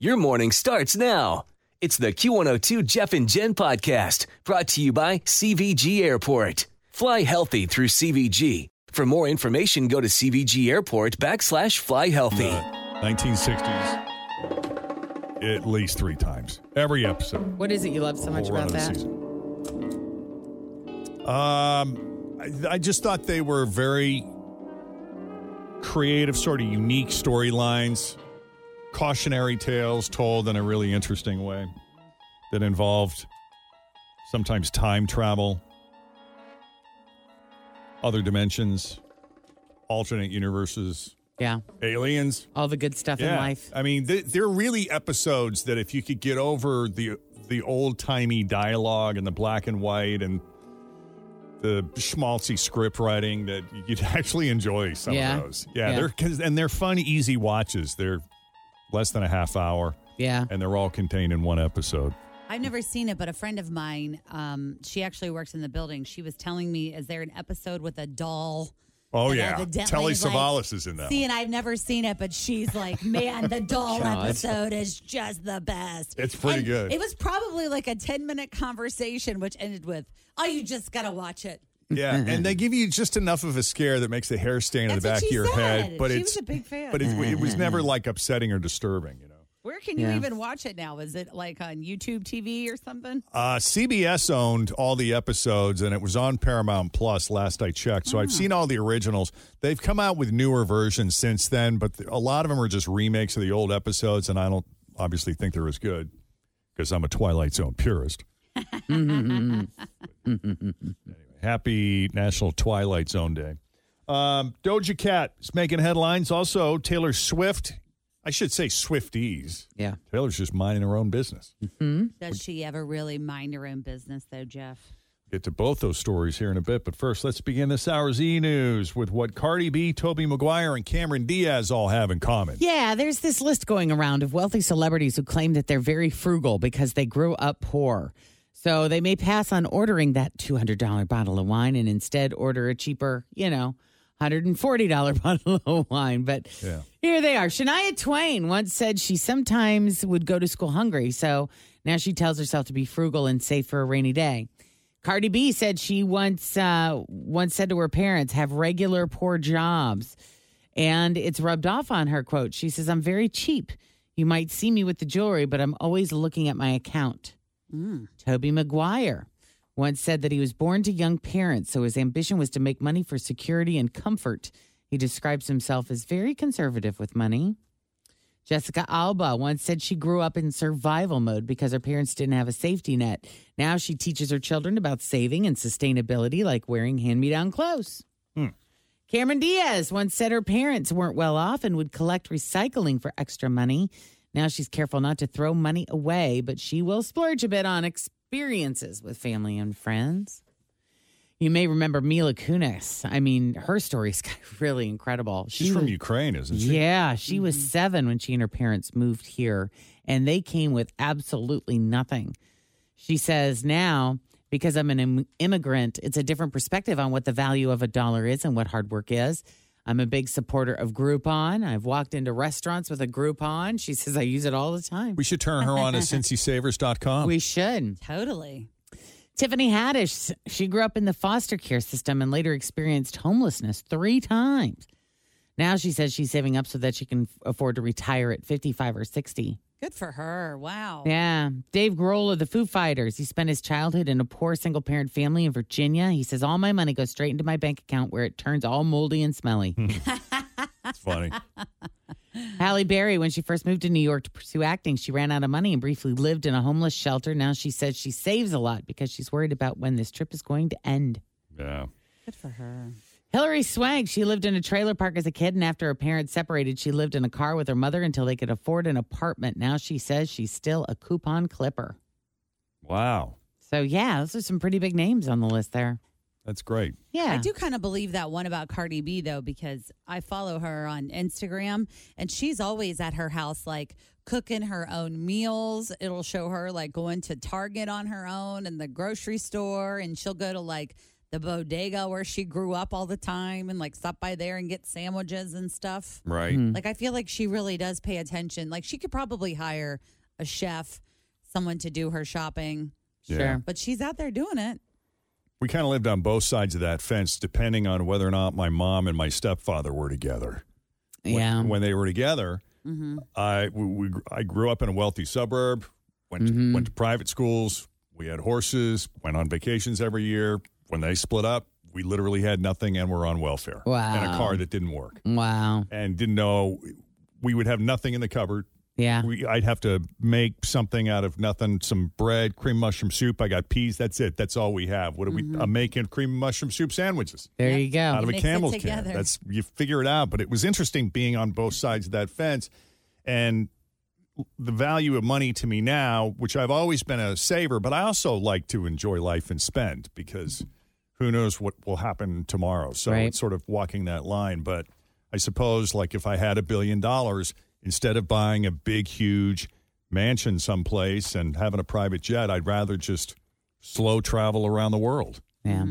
Your morning starts now. It's the Q102 Jeff and Jen podcast brought to you by CVG Airport. Fly healthy through CVG. For more information, go to CVG Airport backslash fly healthy. Uh, 1960s at least three times every episode. What is it you love so much whole run about of the that? season. Um, I, I just thought they were very creative, sort of unique storylines, cautionary tales told in a really interesting way that involved sometimes time travel, other dimensions, alternate universes, Yeah, aliens. all the good stuff in life. I mean, th- they're really episodes that if you could get over the the old timey dialogue and the black and white and the schmaltzy script writing, that you'd actually enjoy some Yeah. of those. Yeah, Yeah. they're cause, and they're fun, easy watches. They're less than a half hour, Yeah. and they're all contained in one episode. I've never seen it, but a friend of mine, um, she actually works in the building. She was telling me, is there an episode with a doll? Oh And, uh, yeah, the de- Telly like- Savalas is in that. See, one. and I've never seen it, but she's like, man, the doll episode is just the best. It's pretty And good. It was probably like a 10 minute conversation, which ended with, oh, you just got to watch it. Yeah, and they give you just enough of a scare that makes the hair stand in the back That's what of she your head. said. But She it's was a big fan. But it, it was never like upsetting or disturbing, you know. Where can you Yeah. even watch it now? Is it like on YouTube TV or something? Uh, CBS owned all the episodes, and it was on Paramount Plus last I checked. So I've seen all the originals. They've come out with newer versions since then, but th- a lot of them are just remakes of the old episodes, and I don't obviously think they're as good because I'm a Twilight Zone purist. anyway, happy National Twilight Zone Day. Um, Doja Cat is making headlines. Also, Taylor Swift. I should say Swifties. Yeah. Taylor's just minding her own business. Does she ever really mind her own business, though, Jeff? Get to both those stories here in a bit, but first, let's begin this hour's e news with what Cardi B, Toby Maguire, and Cameron Diaz all have in common. Yeah, there's this list going around of wealthy celebrities who claim that they're very frugal because they grew up poor. So they may pass on ordering that $200 bottle of wine and instead order a cheaper, you know, $140 bottle of wine. But Yeah. here they are. Shania Twain once said she sometimes would go to school hungry. So now she tells herself to be frugal and save for a rainy day. Cardi B said she once uh, once said to her parents, "Have regular poor jobs," and it's rubbed off on her. Quote: She says, "I'm very cheap. You might see me with the jewelry, but I'm always looking at my account." Toby Maguire once said that he was born to young parents, so his ambition was to make money for security and comfort. He describes himself as very conservative with money. Jessica Alba once said she grew up in survival mode because her parents didn't have a safety net. Now she teaches her children about saving and sustainability, like wearing hand me down clothes. Hmm. Cameron Diaz once said her parents weren't well off and would collect recycling for extra money. Now she's careful not to throw money away, but she will splurge a bit on experiences with family and friends. You may remember Mila Kunis. I mean, her story's really incredible. She's She from was- Ukraine, isn't she? yeah, she was seven when she and her parents moved here, and they came with absolutely nothing. She says, now, because I'm an Im- immigrant, it's a different perspective on what the value of a dollar is and what hard work is. I'm a big supporter of Groupon. I've walked into restaurants with a Groupon. She says, I use it all the time. We should turn her on to CincySavers.com. we should. Totally. Tiffany Haddish, she grew up in the foster care system and later experienced homelessness three times. Now she says she's saving up so that she can afford to retire at 55 or 60. Good for her. Wow. Yeah. Dave Grohl of the Foo Fighters, he spent his childhood in a poor single parent family in Virginia. He says, All my money goes straight into my bank account where it turns all moldy and smelly. That's funny. Halle Berry, when she first moved to New York to pursue acting, she ran out of money and briefly lived in a homeless shelter. Now she says she saves a lot because she's worried about when this trip is going to end. Yeah. Good for her. Hillary Swank, she lived in a trailer park as a kid, and after her parents separated, she lived in a car with her mother until they could afford an apartment. Now she says she's still a coupon clipper. Wow. So, yeah, those are some pretty big names on the list there. That's great. Yeah. I do kind of believe that one about Cardi B though, because I follow her on Instagram and she's always at her house like cooking her own meals. It'll show her like going to Target on her own and the grocery store and she'll go to like the bodega where she grew up all the time and like stop by there and get sandwiches and stuff. Right. Mm-hmm. Like I feel like she really does pay attention. Like she could probably hire a chef, someone to do her shopping, Sure. Yeah. but she's out there doing it. We kind of lived on both sides of that fence, depending on whether or not my mom and my stepfather were together. When- Yeah. Mm-hmm. When, they were together, I we, we, I grew up in a wealthy suburb. Went Mm-hmm. to, went to private schools. We had horses. Went on vacations every year. When they split up, we literally had nothing and were on welfare. And a Wow. car that didn't work Wow. and didn't know we would have nothing in the cupboard. Yeah. We, I'd have to make something out of nothing. Some bread, cream mushroom soup. I got peas. That's it. That's all we have. What do Mm-hmm. we? I'm making cream mushroom soup sandwiches There you go. out of a Oh, Mix it camel's can. together. That's you figure it out. But it was interesting being on both sides of that fence, and the value of money to me now, which I've always been a saver, but I also like to enjoy life and spend because who knows what will happen tomorrow. So Right. it's sort of walking that line. But I suppose, like if I had a billion dollars, instead of buying a big, huge mansion someplace and having a private jet, I'd rather just slow travel around the world. yeah.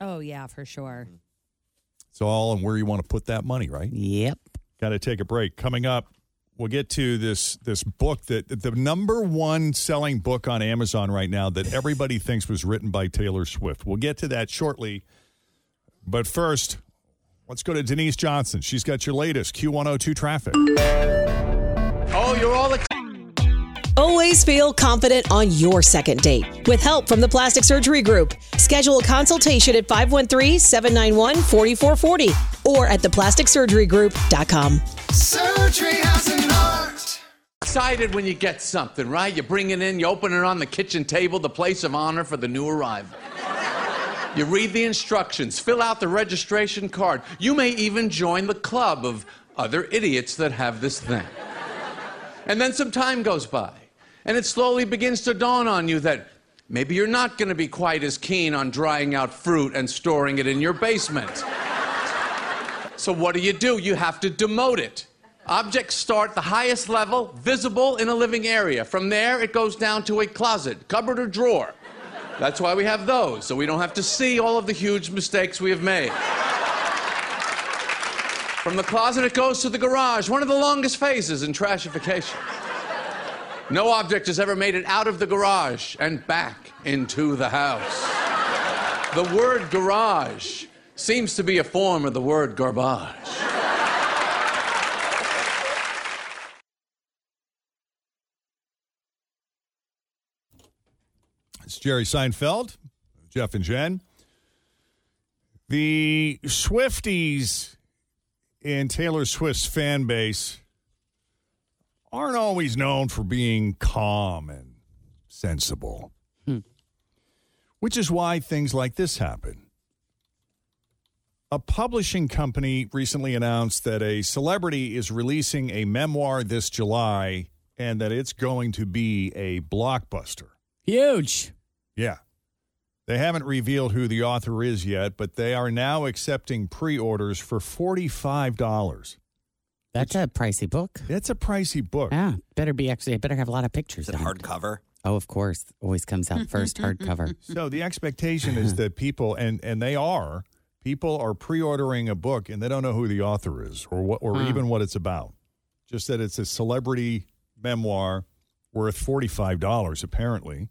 Oh yeah, for sure. It's all on where you want to put that money, right? Yep. Got to take a break. Coming up, we'll get to this this book that the number one selling book on Amazon right now that everybody thinks was written by Taylor Swift. We'll get to that shortly. But first, let's go to Denise Johnson. She's got your latest Q102 traffic. Always feel confident on your second date. With help from the Plastic Surgery Group, schedule a consultation at 513 791 4440 or at theplasticsurgerygroup.com. Surgery has an art. Excited when you get something, right? You bring it in, you open it on the kitchen table, the place of honor for the new arrival. You read the instructions, fill out the registration card. You may even join the club of other idiots that have this thing. And then some time goes by, and it slowly begins to dawn on you that maybe you're not going to be quite as keen on drying out fruit and storing it in your basement. So what do you do? You have to demote it. Objects start the highest level, visible in a living area. From there, it goes down to a closet, cupboard, or drawer. That's why we have those, so we don't have to see all of the huge mistakes we have made. From the closet, it goes to the garage, one of the longest phases in trashification. No object has ever made it out of the garage and back into the house. The word garage seems to be a form of the word garbage. It's Jerry Seinfeld, Jeff and Jen. The Swifties in Taylor Swift's fan base aren't always known for being calm and sensible, which is why things like this happen. A publishing company recently announced that a celebrity is releasing a memoir this July and that it's going to be a blockbuster. Huge. Yeah. They haven't revealed who the author is yet, but they are now accepting pre orders for $45. That's a pricey book. That's a pricey book. Yeah. Better be actually, it better have a lot of pictures. Is it in it. hardcover? Oh, of course. Always comes out first hardcover. So the expectation is that people, and, and they are, people are pre ordering a book and they don't know who the author is or, what, or even what it's about. Just that it's a celebrity memoir worth $45, apparently,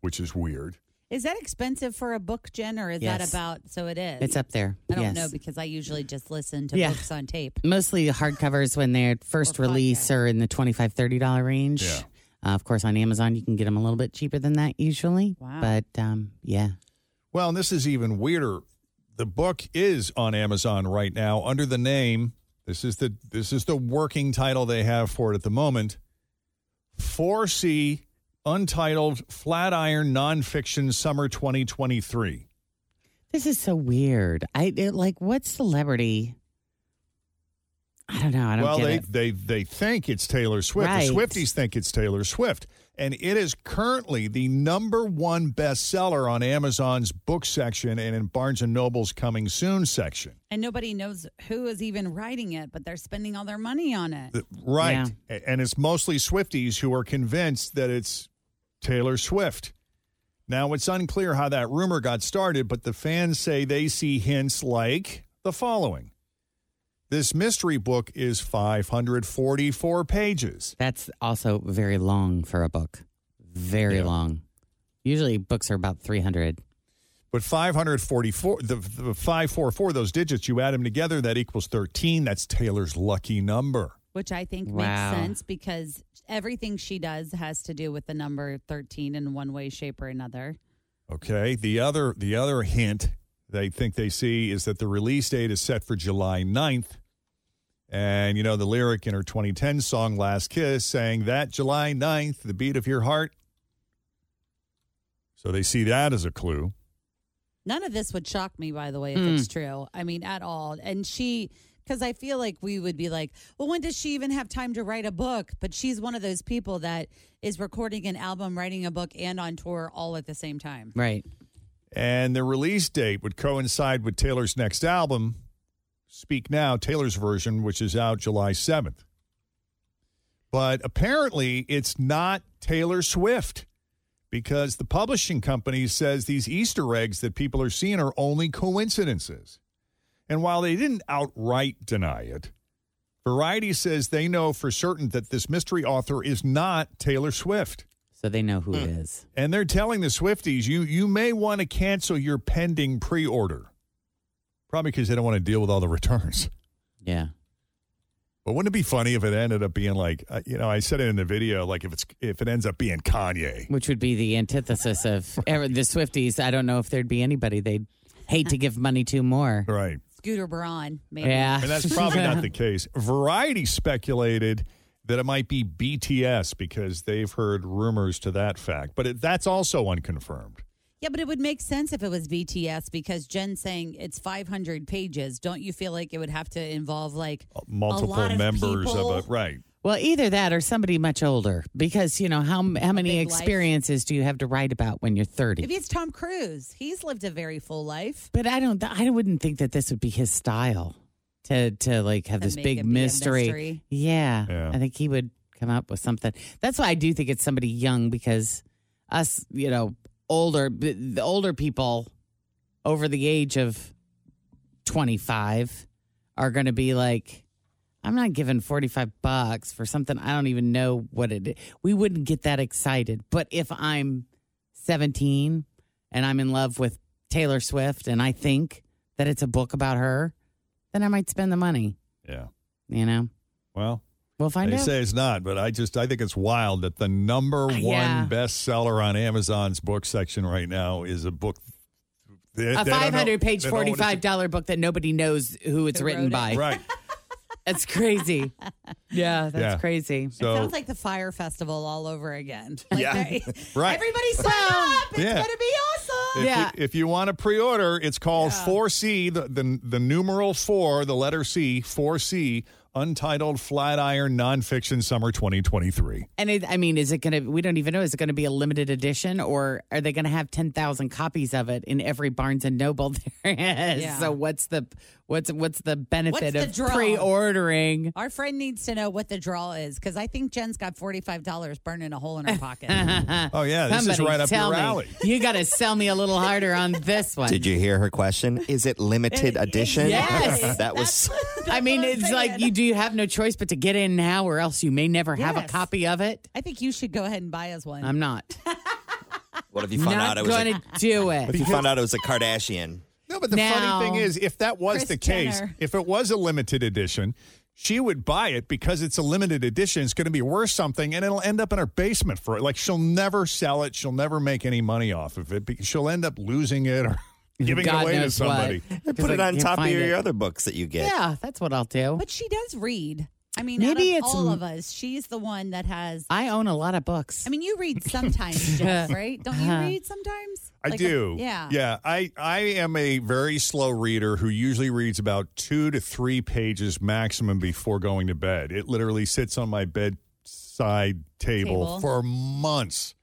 which is weird. Is that expensive for a book, Jen, or is that Yes. about so it is? It's up there. I don't yes. know because I usually just listen to Yeah. books on tape. Mostly the hardcovers when they're first Or release podcast. are in the $25, $30 range. Yeah. Uh, of course, on Amazon, you can get them a little bit cheaper than that usually. Wow. But um, yeah. Well, and this is even weirder. The book is on Amazon right now under the name. This is the this is the working title they have for it at the moment. 4C Untitled Flatiron Nonfiction Summer 2023. This is so weird. I it, like what celebrity? I don't know. I don't well, get they, it. they they think it's Taylor Swift. Right. The Swifties think it's Taylor Swift. And it is currently the number one bestseller on Amazon's book section and in Barnes and Noble's coming soon section. And nobody knows who is even writing it, but they're spending all their money on it. The- Right. A- And it's mostly Swifties who are convinced that it's Taylor Swift. Now, it's unclear how that rumor got started, but the fans say they see hints like the following This mystery book is 544 pages. That's also very long for a book. Very Yeah. long. Usually books are about 300. But 544, the, the 544, those digits, you add them together, that equals 13. That's Taylor's lucky number. which I think Wow. makes sense because everything she does has to do with the number 13 in one way, shape, or another. Okay. The other the other hint they think they see is that the release date is set for July 9th. And you know the lyric in her 2010 song Last Kiss saying that July 9th, the beat of your heart. So they see that as a clue. None of this would shock me, by the way, if Mm. it's true. I mean, at all. And she, because I feel like we would be like, well, when does she even have time to write a book? But she's one of those people that is recording an album, writing a book, and on tour all at the same time. Right. And the release date would coincide with Taylor's next album, Speak Now, Taylor's version, which is out July 7th. But apparently, it's not Taylor Swift because the publishing company says these Easter eggs that people are seeing are only coincidences. And while they didn't outright deny it, Variety says they know for certain that this mystery author is not Taylor Swift. So they know who it Hmm. is. And they're telling the Swifties, you you may want to cancel your pending pre-order. Probably because they don't want to deal with all the returns. Yeah. But wouldn't it be funny if it ended up being like, uh, you know, I said it in the video, like if it's if it ends up being Kanye, Which would be the antithesis of ever, the Swifties. I don't know if there'd be anybody they'd hate to give money to more. right? Scooter Braun, maybe. Yeah. And that's probably not the case. Variety speculated that it might be BTS because they've heard rumors to that fact, but it, that's also unconfirmed. Yeah, but it would make sense if it was BTS because Jen saying it's 500 pages. Don't you feel like it would have to involve like Uh, Multiple a lot members of, people? of a right. Well, either that or somebody much older because, you know, how, how many big life. experiences do you have to write about when you're 30? Maybe it's Tom Cruise. He's lived a very full life. But I don't. I wouldn't think that this would be his style to to like have To this make big it be a mystery. mystery. Yeah, Yeah. I think he would come up with something. That's why I do think it's somebody young because us, you know, older the the older people over the age of twenty five are going to be like. I'm not giving 45 bucks for something I don't even know what it. We wouldn't get that excited. But if I'm 17 and I'm in love with Taylor Swift and I think that it's a book about her, then I might spend the money, Yeah. you know? Well, We'll find they out. say it's not, but I just I think it's wild that the number one Uh, Yeah. bestseller on Amazon's book section right now is a book. They, a they don't know- 500 page, they don't know what it's- $45 book that nobody knows who it's Who written wrote it? by. Right. That's crazy. yeah, that's Yeah. crazy. So it sounds like the fire festival all over again. Like Yeah. they- Right. Everybody sign up. It's Yeah. gonna be awesome. if, yeah. you, if you want to pre-order, it's called 4C, the, the the numeral 4, the letter C, 4C, Untitled Flatiron Nonfiction Summer 2023. And it, I mean, is it going to, we don't even know, is it going to be a limited edition or are they going to have 10,000 copies of it in every Barnes and Noble there is? Yeah. So what's the, what's, what's the benefit the of draw? pre-ordering? Our friend needs to know what the draw is because I think Jen's got forty five dollars burning a hole in her pocket. Oh yeah, this is Uh, Somebody right up tell your me. alley. You got to sell me a little harder on this one. Did you hear her question? Is it limited edition? Yes. that was. I mean, That's what I'm it's like saying. you do you have no choice but to get in now, or else you may never have a Yes. copy of it. I think you should go ahead and buy us one. I'm not. What if you found Not out it was? going A, to do it. if you found out it was a Kardashian? No, but the Now- funny thing is, if that was Kris the case, Jenner. if it was a limited edition, she would buy it because it's a limited edition. It's going to be worth something, and it'll end up in her basement for it. Like she'll never sell it. She'll never make any money off of it because she'll end up losing it or giving God it away to knows what. somebody. Because Put I it on can't top of find your it. other books that you get. Yeah, that's what I'll do. But she does read. I mean, Maybe out of it's all m- of us, she's the one that has. I own a lot of books. I Uh-huh. mean, you read sometimes, Jeff, right? Don't you read sometimes? I Like a- do. yeah. Yeah. I, I am a very slow reader who usually reads about two to three pages maximum before going to bed. It literally sits on my bedside table, Table. for months.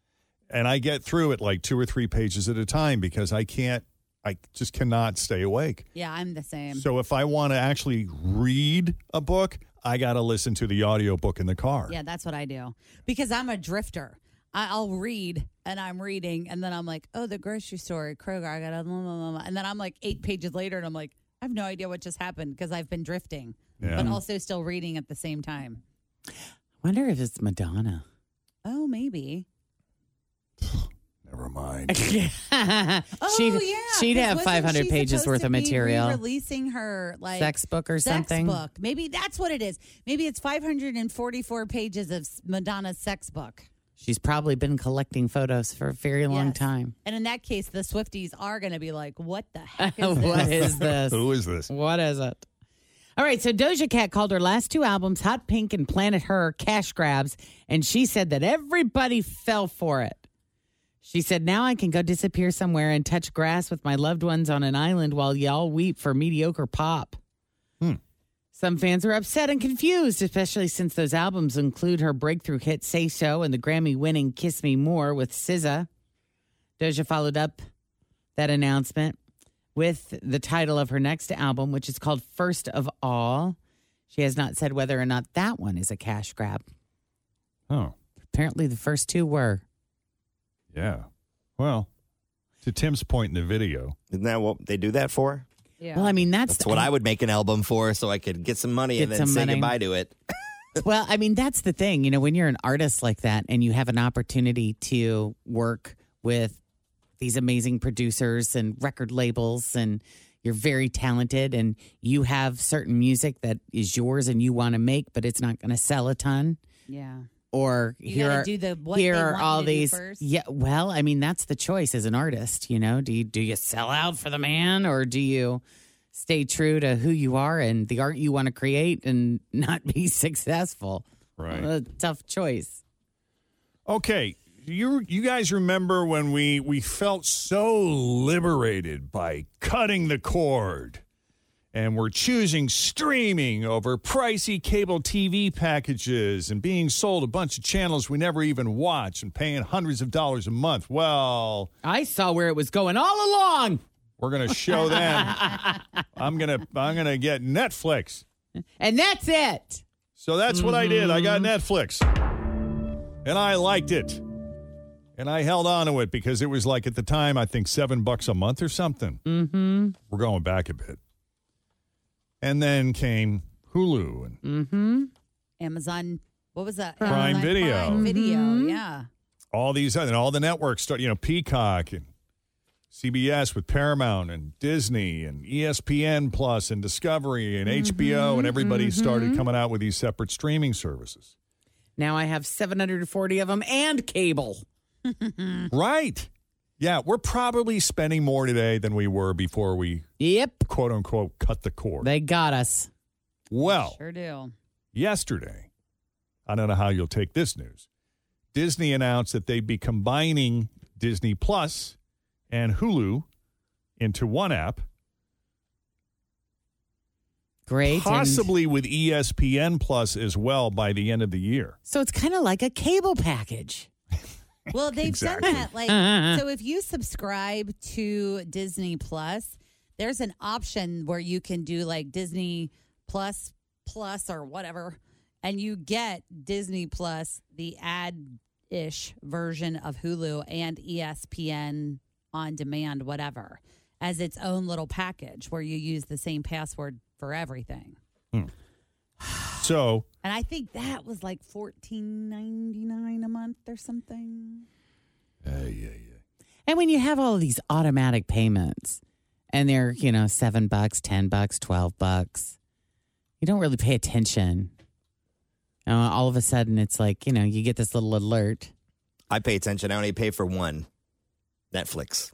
And I get through it like two or three pages at a time because I can't, I just cannot stay awake. Yeah, I'm the same. So if I want to actually read a book, I got to listen to the audiobook in the car. Yeah, that's what I do because I'm a drifter. I, I'll read and I'm reading, and then I'm like, oh, the grocery store, at Kroger, I got a, blah, blah, blah, blah. and then I'm like eight pages later, and I'm like, I have no idea what just happened because I've been drifting, Yeah. Mm. but also still reading at the same time. wonder if it's Madonna. Oh, maybe. Never mind. she'd, Oh, yeah. She'd 'cause have wasn't 500 she pages supposed worth to of be material. Releasing her like Sex book or sex something. book. Maybe that's what it is. Maybe it's 544 pages of s- Madonna's sex book. She's probably been collecting photos for a very long Yes. time. And in that case, the Swifties are going to be like, "What the heck is this?" what is this? Who is this? What is it? All right, so Doja Cat called her last two albums, Hot Pink and Planet Her, cash grabs, and she said that everybody fell for it. She said, Now I can go disappear somewhere and touch grass with my loved ones on an island while y'all weep for mediocre pop. Hmm. Some fans were upset and confused, especially since those albums include her breakthrough hit Say So and the Grammy winning Kiss Me More with SZA. Doja followed up that announcement with the title of her next album, which is called First of All. She has not said whether or not that one is a cash grab. Oh, Apparently, the first two were. yeah. Well, to Tim's point in the video, Isn't that what they do that for? Yeah. Well, I mean, that's, That's what I would make an album for, so I could get some money and Get then some say money. goodbye to it. Well, I mean, that's the thing. You know, when you're an artist like that and you have an opportunity to work with these amazing producers and record labels, and you're very talented and you have certain music that is yours and you want to make, but it's not going to sell a ton. yeah. Or You here gotta are, do the- what here they are want you all to do these. first. Yeah, well, I mean, that's the choice as an artist. You know, do you, do you sell out for the man or do you stay true to who you are and the art you want to create and not be successful? A tough choice. Okay, you you guys remember when we we felt so liberated by cutting the cord and we're choosing streaming over pricey cable TV packages and being sold a bunch of channels we never even watch and paying hundreds of dollars a month. Well, I saw where it was going all along. we're going to show them. I'm going to I'm going to get Netflix. And that's it. So that's what I did. I got Netflix. And I liked it. And I held on to it because it was like at the time, I think seven bucks a month or something. Mm-hmm. We're going back a bit. And then came Hulu and Amazon. What was that? Prime Amazon Video. Prime Video. Mm-hmm. Yeah. all these other, and all the networks start, you know, Peacock and CBS with Paramount and Disney and E ESPN Plus and Discovery and HBO and everybody started coming out with these separate streaming services. Now I have 740 of them and cable. Right. Yeah, we're probably spending more today than we were before we Yep. quote unquote cut the cord. They got us. well, Sure do. yesterday, I don't know how you'll take this news. Disney announced that they'd be combining Disney Plus and Hulu into one app, Great. and- possibly with E ESPN Plus as well by the end of the year. so it's kind of like a cable package. Well, they've Exactly. done that. Like, so if you subscribe to Disney Plus, there's an option where you can do like Disney Plus Plus or whatever, and you get Disney Plus, the ad ish version of Hulu and E ESPN on demand, whatever, as its own little package where you use the same password for everything. So, And I think that was like fourteen ninety nine a month or something. And when you have all these automatic payments and they're, you know, seven bucks, 10 bucks, 12 bucks, you don't really pay attention. Uh, all of a sudden, it's like, you know, you get this little alert. I pay attention. I only pay for one Netflix.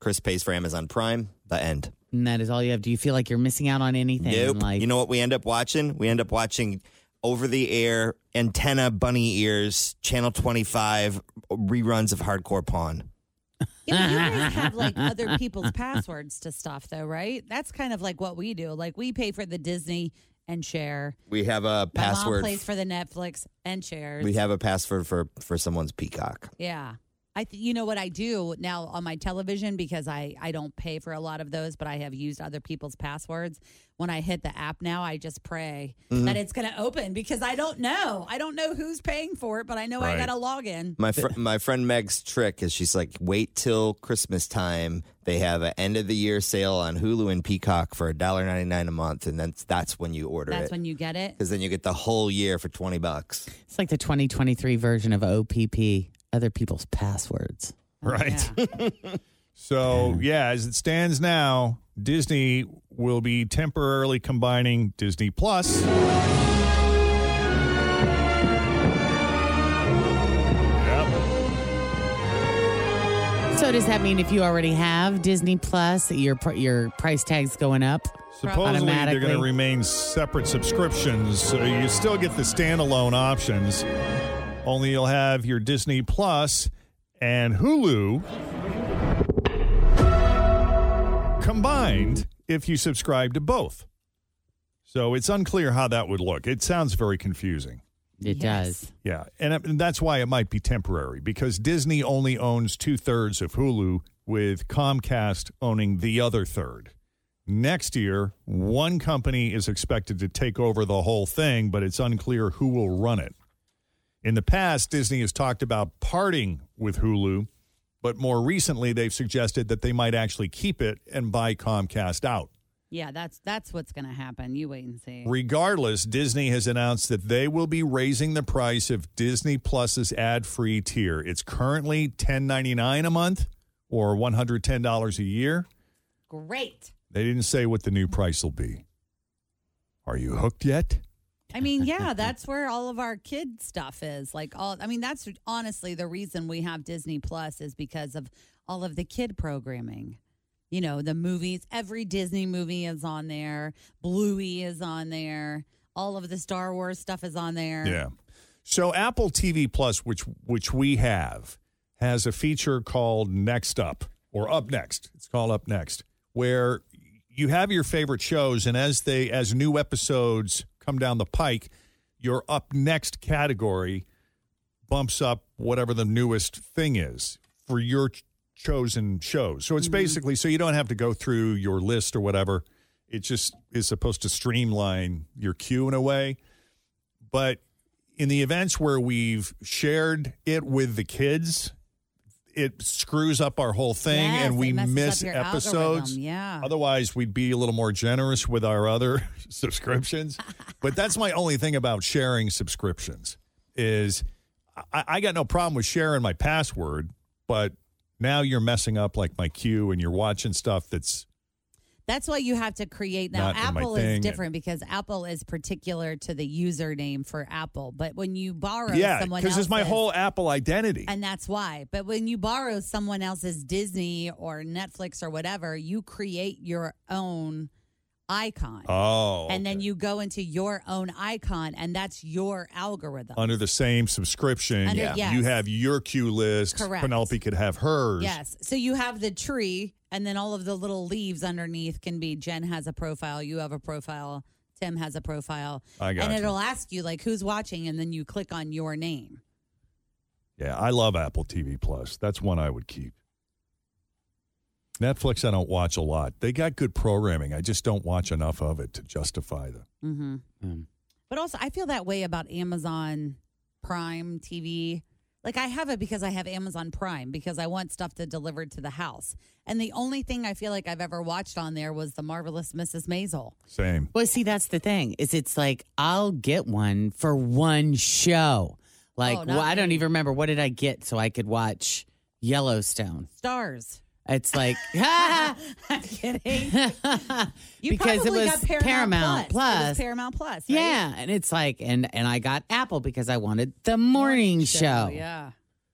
Chris pays for Amazon Prime. The end. And that is all you have. Do you feel like you're missing out on anything? Nope. Like, you know what we end up watching? We end up watching over the air antenna bunny ears, channel 25 reruns of Hardcore Pawn. Yeah, but you guys have like other people's passwords to stuff, though, right? That's kind of like what we do. Like we pay for the Disney and share. We have a My mom password. plays for the Netflix and shares. We have a password for for someone's peacock. Yeah. I th- you know what I do now on my television because I I don't pay for a lot of those, but I have used other people's passwords. When I hit the app now, I just pray that it's going to open because I don't know. I don't know who's paying for it, but I know I Right. got to log in. My fr- my friend Meg's trick is she's like, wait till Christmas time. They have an end of the year sale on Hulu and Peacock for $1.99 a month, and that's that's when you order That's it when you get it. because then you get the whole year for twenty bucks. It's like the 2023 version of OPP, other people's passwords. Right. so, yeah, as it stands now, Disney will be temporarily combining Disney Plus So does that mean if you already have Disney Plus, your pr- your price tag's going up? Supposedly, they're going to Automatically. remain separate subscriptions. So you still get the standalone options, only you'll have your Disney Plus and Hulu combined if you subscribe to both. So it's unclear how that would look. It sounds very confusing. Yes. It does. Yeah. And, it- and that's why it might be temporary because Disney only owns two thirds of Hulu, with Comcast owning the other third. Next year, one company is expected to take over the whole thing, but it's unclear who will run it. In the past, Disney has talked about parting with Hulu, but more recently, they've suggested that they might actually keep it and buy Comcast out. Yeah, that's that's what's going to happen. You wait and see. Regardless, Disney has announced that they will be raising the price of Disney Plus's ad-free tier. It's currently $10.99 a month or $110 a year. Great. They didn't say what the new price will be. Are you hooked yet? I mean, yeah, that's where all of our kid stuff is. Like all I mean, that's honestly the reason we have Disney Plus is because of all of the kid programming. You know, the movies, every Disney movie is on there. Bluey is on there. All of the Star Wars stuff is on there. Yeah. So Apple TV Plus, which which we have, has a feature called Next Up or Up Next. It's called Up Next, where you have your favorite shows, and as they as new episodes come down the pike, your Up Next category bumps up whatever the newest thing is for your ch- chosen shows. So it's basically so you don't have to go through your list or whatever. It just is supposed to streamline your queue in a way but in the events where we've shared it with the kids it screws up our whole thing Yes, and we it messes up miss your episodes algorithm, yeah. otherwise we'd be a little more generous with our other subscriptions but that's my only thing about sharing subscriptions is I, I got no problem with sharing my password but now you're messing up like my queue and you're watching stuff that's That's why you have to create now. Not in my Apple thing. is different because Apple is particular to the username for Apple. But when you borrow yeah someone because it's my else's- whole apple identity And that's why. But when you borrow someone else's Disney or Netflix or whatever, you create your own icon. oh And then you go into your own icon, and that's your algorithm. under the same subscription. Under- yes. You have your queue list. Correct. Penelope could have hers. yes. So you have the tree, and then all of the little leaves underneath can be Jen has a profile, you have a profile, Tim has a profile. I got and you. it'll ask you, like, who's watching, and then you click on your name. Yeah, I love Apple TV Plus. That's one I would keep. Netflix, I don't watch a lot. They got good programming. I just don't watch enough of it to justify the. Mm-hmm. Mm. But also, I feel that way about Amazon Prime TV. Like, I have it because I have Amazon Prime because I want stuff to delivered to the house. And the only thing I feel like I've ever watched on there was The Marvelous Mrs. Maisel. Same. Well, see, that's the thing is it's like I'll get one for one show. Like, Oh, not well, I don't me. even remember what did I get so I could watch Yellowstone. Stars. It's like I'm kidding. You because it probably was got Paramount, Plus. It was Plus. Paramount Plus. right? Yeah, and it's like, and and I got Apple because I wanted the morning, show. Yeah.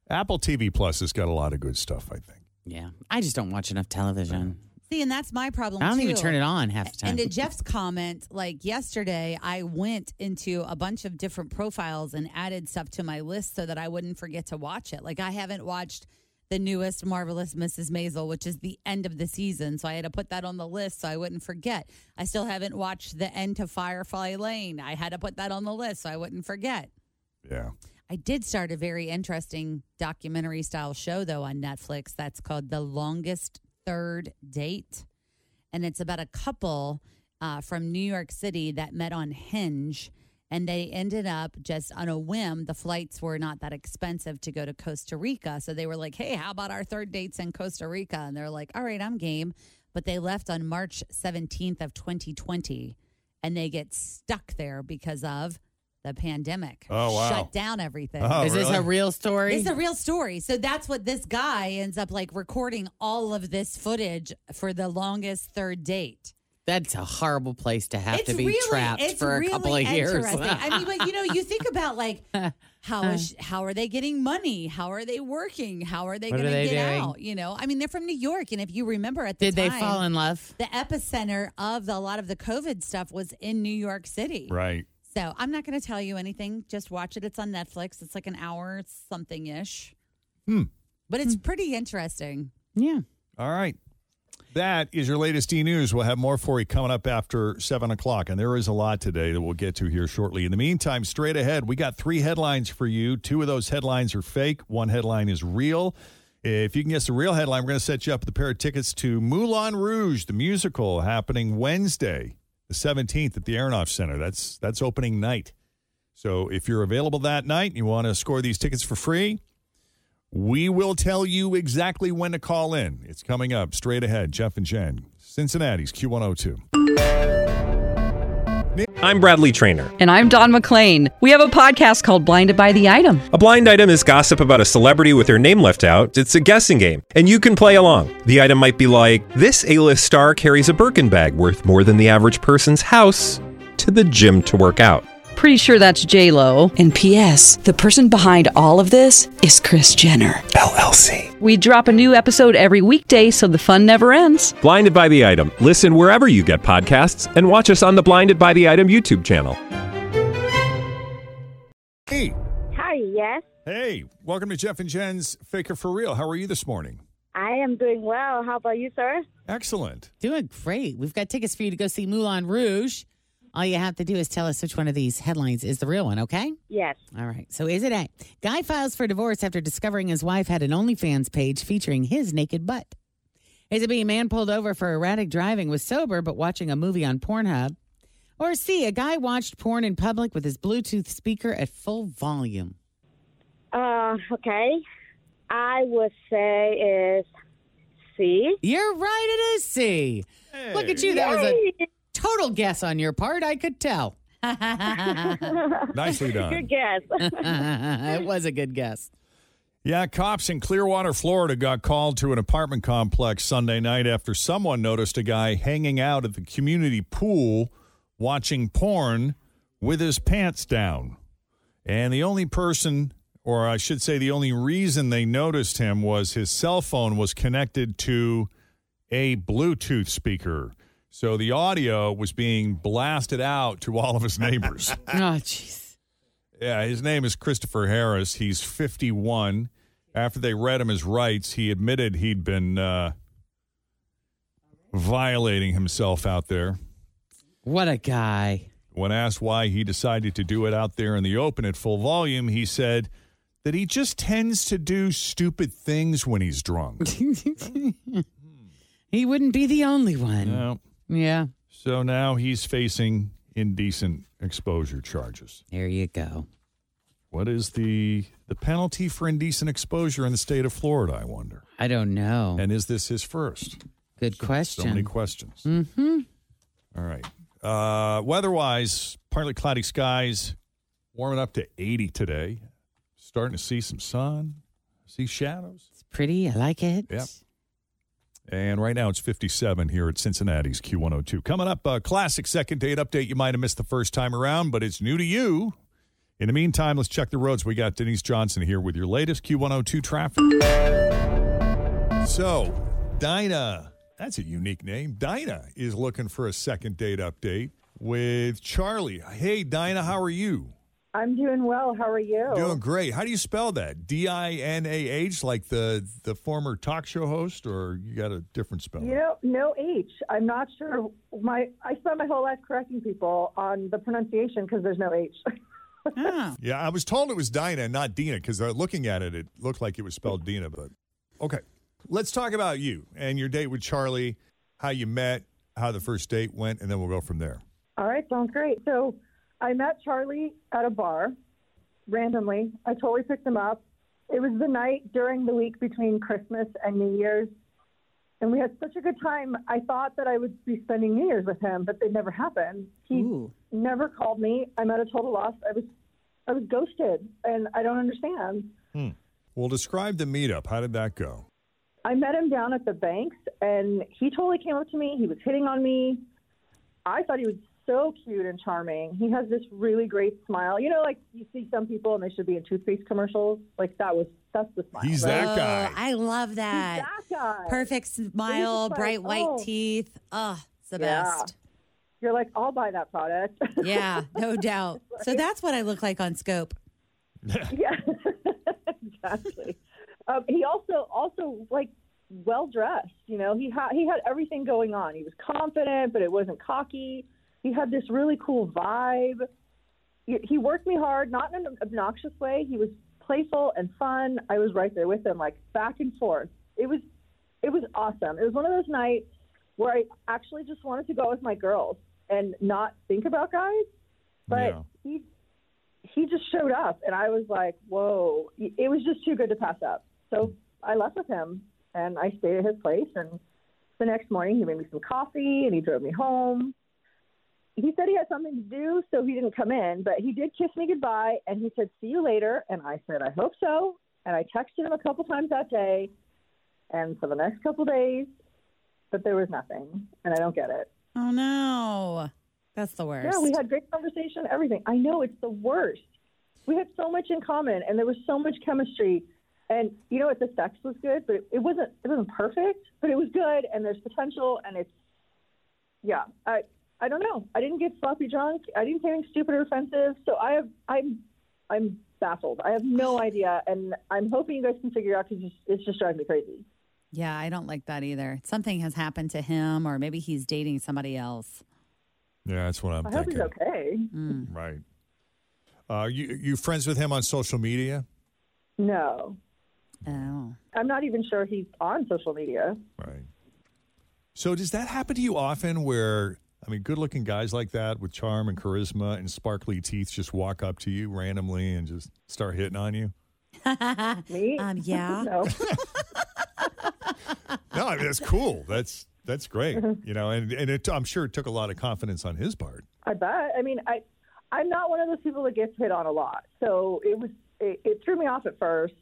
Apple TV Plus has got a lot of good stuff, I think. Yeah. I just don't watch enough television. See, and that's my problem. I don't too. even turn it on half the time. And to Jeff's comment, like yesterday, I went into a bunch of different profiles and added stuff to my list so that I wouldn't forget to watch it. Like I haven't watched the newest Marvelous Mrs. Maisel, which is the end of the season. So I had to put that on the list so I wouldn't forget. I still haven't watched the end to Firefly Lane. I had to put that on the list so I wouldn't forget. Yeah. I did start a very interesting documentary style show though on Netflix that's called The Longest Third Date. And it's about a couple uh, from New York City that met on Hinge and they ended up just on a whim. The flights were not that expensive to go to Costa Rica. So they were like, hey, how about our third dates in Costa Rica? And they're like, all right, I'm game. But they left on March 17th of 2020 and they get stuck there because of the pandemic. Oh, wow. Shut down everything. Oh, Is this really? a real story? It's a real story. So that's what this guy ends up like recording all of this footage for the longest third date. That's a horrible place to have it's to be really, trapped it's for a really couple of years. interesting. I mean, but you know, you think about like how is how are they getting money? How are they working? How are they What going are to they get doing? out? You know, I mean, they're from New York, and if you remember at the Did time, they fall in love? the epicenter of the, a lot of the COVID stuff was in New York City. Right. So I'm not going to tell you anything. Just watch it. It's on Netflix. It's like an hour something ish. But Hmm. it's pretty interesting. Yeah. All right. That is your latest e news. We'll have more for you coming up after 7 o'clock. And there is a lot today that we'll get to here shortly. In the meantime, straight ahead, we got three headlines for you. Two of those headlines are fake, one headline is real. If you can guess the real headline, we're going to set you up with a pair of tickets to Moulin Rouge, the musical, happening Wednesday, the 17th at the Aronoff Center. That's, that's opening night. So if you're available that night and you want to score these tickets for free, we will tell you exactly when to call in. It's coming up straight ahead. Jeff and Jen, Cincinnati's Q102. I'm Bradley Trainer. And I'm Don McClain. We have a podcast called Blinded by the Item. A blind item is gossip about a celebrity with their name left out. It's a guessing game, and you can play along. The item might be like this: A-list star carries a Birkin bag worth more than the average person's house to the gym to work out. Pretty sure that's J Lo. And P.S. The person behind all of this is Chris Jenner. LLC. We drop a new episode every weekday, so the fun never ends. Blinded by the item. Listen wherever you get podcasts, and watch us on the Blinded by the Item YouTube channel. Hey, Hi, yes. hey, welcome to Jeff and Jen's Faker for Real. How are you this morning? I am doing well. How about you, sir? Excellent. Doing great. We've got tickets for you to go see Moulin Rouge. All you have to do is tell us which one of these headlines is the real one, okay? Yes. All right. So is it A? Guy files for divorce after discovering his wife had an OnlyFans page featuring his naked butt. Is it B? A man pulled over for erratic driving was sober but watching a movie on Pornhub. Or C? A guy watched porn in public with his Bluetooth speaker at full volume. Uh, okay. I would say is C. You're right. It is C. Look at you. That was a total guess on your part. I could tell. Nicely Good done. guess. it was a good guess. Yeah, cops in Clearwater, Florida got called to an apartment complex Sunday night after someone noticed a guy hanging out at the community pool watching porn with his pants down. And the only person, or I should say, the only reason they noticed him was his cell phone was connected to a Bluetooth speaker. So the audio was being blasted out to all of his neighbors. Oh, jeez. Yeah, his name is Christopher Harris. He's 51. After they read him his rights, he admitted he'd been uh, violating himself out there. What a guy. When asked why he decided to do it out there in the open at full volume, he said that he just tends to do stupid things when he's drunk. He wouldn't be the only one. Yeah. Yeah. So now he's facing indecent exposure charges. There you go. What is the the penalty for indecent exposure in the state of Florida, I wonder? I don't know. And is this his first? Good So many question. questions. mm-hmm. All right. Uh, weather-wise, partly cloudy skies, warming up to 80 today. Starting to see some sun, see shadows. It's pretty. I like it. Yep. And right now it's 57 here at Cincinnati's Q102. Coming up, a classic second date update you might have missed the first time around, but it's new to you. In the meantime, let's check the roads. We got Denise Johnson here with your latest Q102 traffic. So, Dinah, that's a unique name. Dinah is looking for a second date update with Charlie. Hey, Dinah, how are you? I'm doing well. How are you? Doing great. How do you spell that? D I N A H, like the the former talk show host, or you got a different spelling? You know, no H. I'm not sure. My I spent my whole life correcting people on the pronunciation because there's no H. Yeah, I was told it was Dinah, not Dina, because looking at it, it looked like it was spelled Dina. But okay, let's talk about you and your date with Charlie, how you met, how the first date went, and then we'll go from there. All right, sounds great. So I met Charlie at a bar randomly. I totally picked him up. It was the night during the week between Christmas and New Year's. And we had such a good time. I thought that I would be spending New Year's with him, but it never happened. He never called me. I'm at a total loss. I was I was ghosted and I don't understand. Hmm. Well, describe the meetup. How did that go? I met him down at the banks, and he totally came up to me. He was hitting on me. I thought he was so cute and charming. He has this really great smile. You know, like you see some people and they should be in toothpaste commercials. Like that was that's the smile. He's right? that guy. I love that. that guy. Perfect smile, like, bright white oh. teeth. Oh, it's the Yeah. best. You're like, I'll buy that product. Yeah, no doubt. So that's what I look like on Scope. yeah, exactly. um, he also also like well dressed. You know, he had he had everything going on. He was confident, but it wasn't cocky. He had this really cool vibe. He, he worked me hard, not in an obnoxious way. He was playful and fun. I was right there with him, like back and forth. It was it was awesome. It was one of those nights where I actually just wanted to go out with my girls and not think about guys. But Yeah. he he just showed up and I was like, whoa, it was just too good to pass up. So I left with him and I stayed at his place. And the next morning he made me some coffee and he drove me home. He said he had something to do, so he didn't come in, but he did kiss me goodbye and he said, see you later. And I said, I hope so. And I texted him a couple times that day and for the next couple days, but there was nothing. And I don't get it. Oh no, that's the worst. Yeah, we had great conversation, everything. I know it's the worst. We had so much in common, and there was so much chemistry. And you know what? The sex was good, but it, it wasn't. It wasn't perfect, but it was good, and there's potential, and it's. Yeah, I I don't know. I didn't get sloppy drunk. I didn't say anything stupid or offensive. So I have I'm I'm baffled. I have no idea, and I'm hoping you guys can figure it out because it's just driving me crazy. yeah, I don't like that either. Something has happened to him, or maybe he's dating somebody else. Yeah, that's what I'm I hope thinking. he's okay. Mm. Right. Uh, are you you friends with him on social media? No, Oh, I'm not even sure he's on social media. Right. So does that happen to you often where I mean good-looking guys like that with charm and charisma and sparkly teeth just walk up to you randomly and just start hitting on you? Me? um, yeah. No. No, I mean that's cool. That's that's great. You know, and and it, I'm sure it took a lot of confidence on his part. I bet. I mean, I I'm not one of those people that gets hit on a lot, so it was it, it threw me off at first.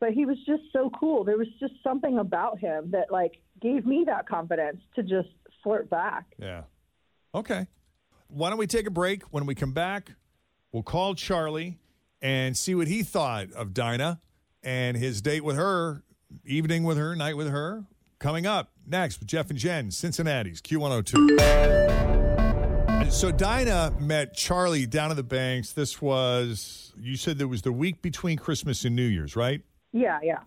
But he was just so cool. There was just something about him that like gave me that confidence to just flirt back. Yeah. Okay. Why don't we take a break? When we come back, we'll call Charlie and see what he thought of Dinah and his date with her, evening with her, night with her. Coming up next with Jeff and Jen, Cincinnati's Q102. So Dinah met Charlie down at the banks. This was, you said there was the week between Christmas and New Year's, right? Yeah, yeah.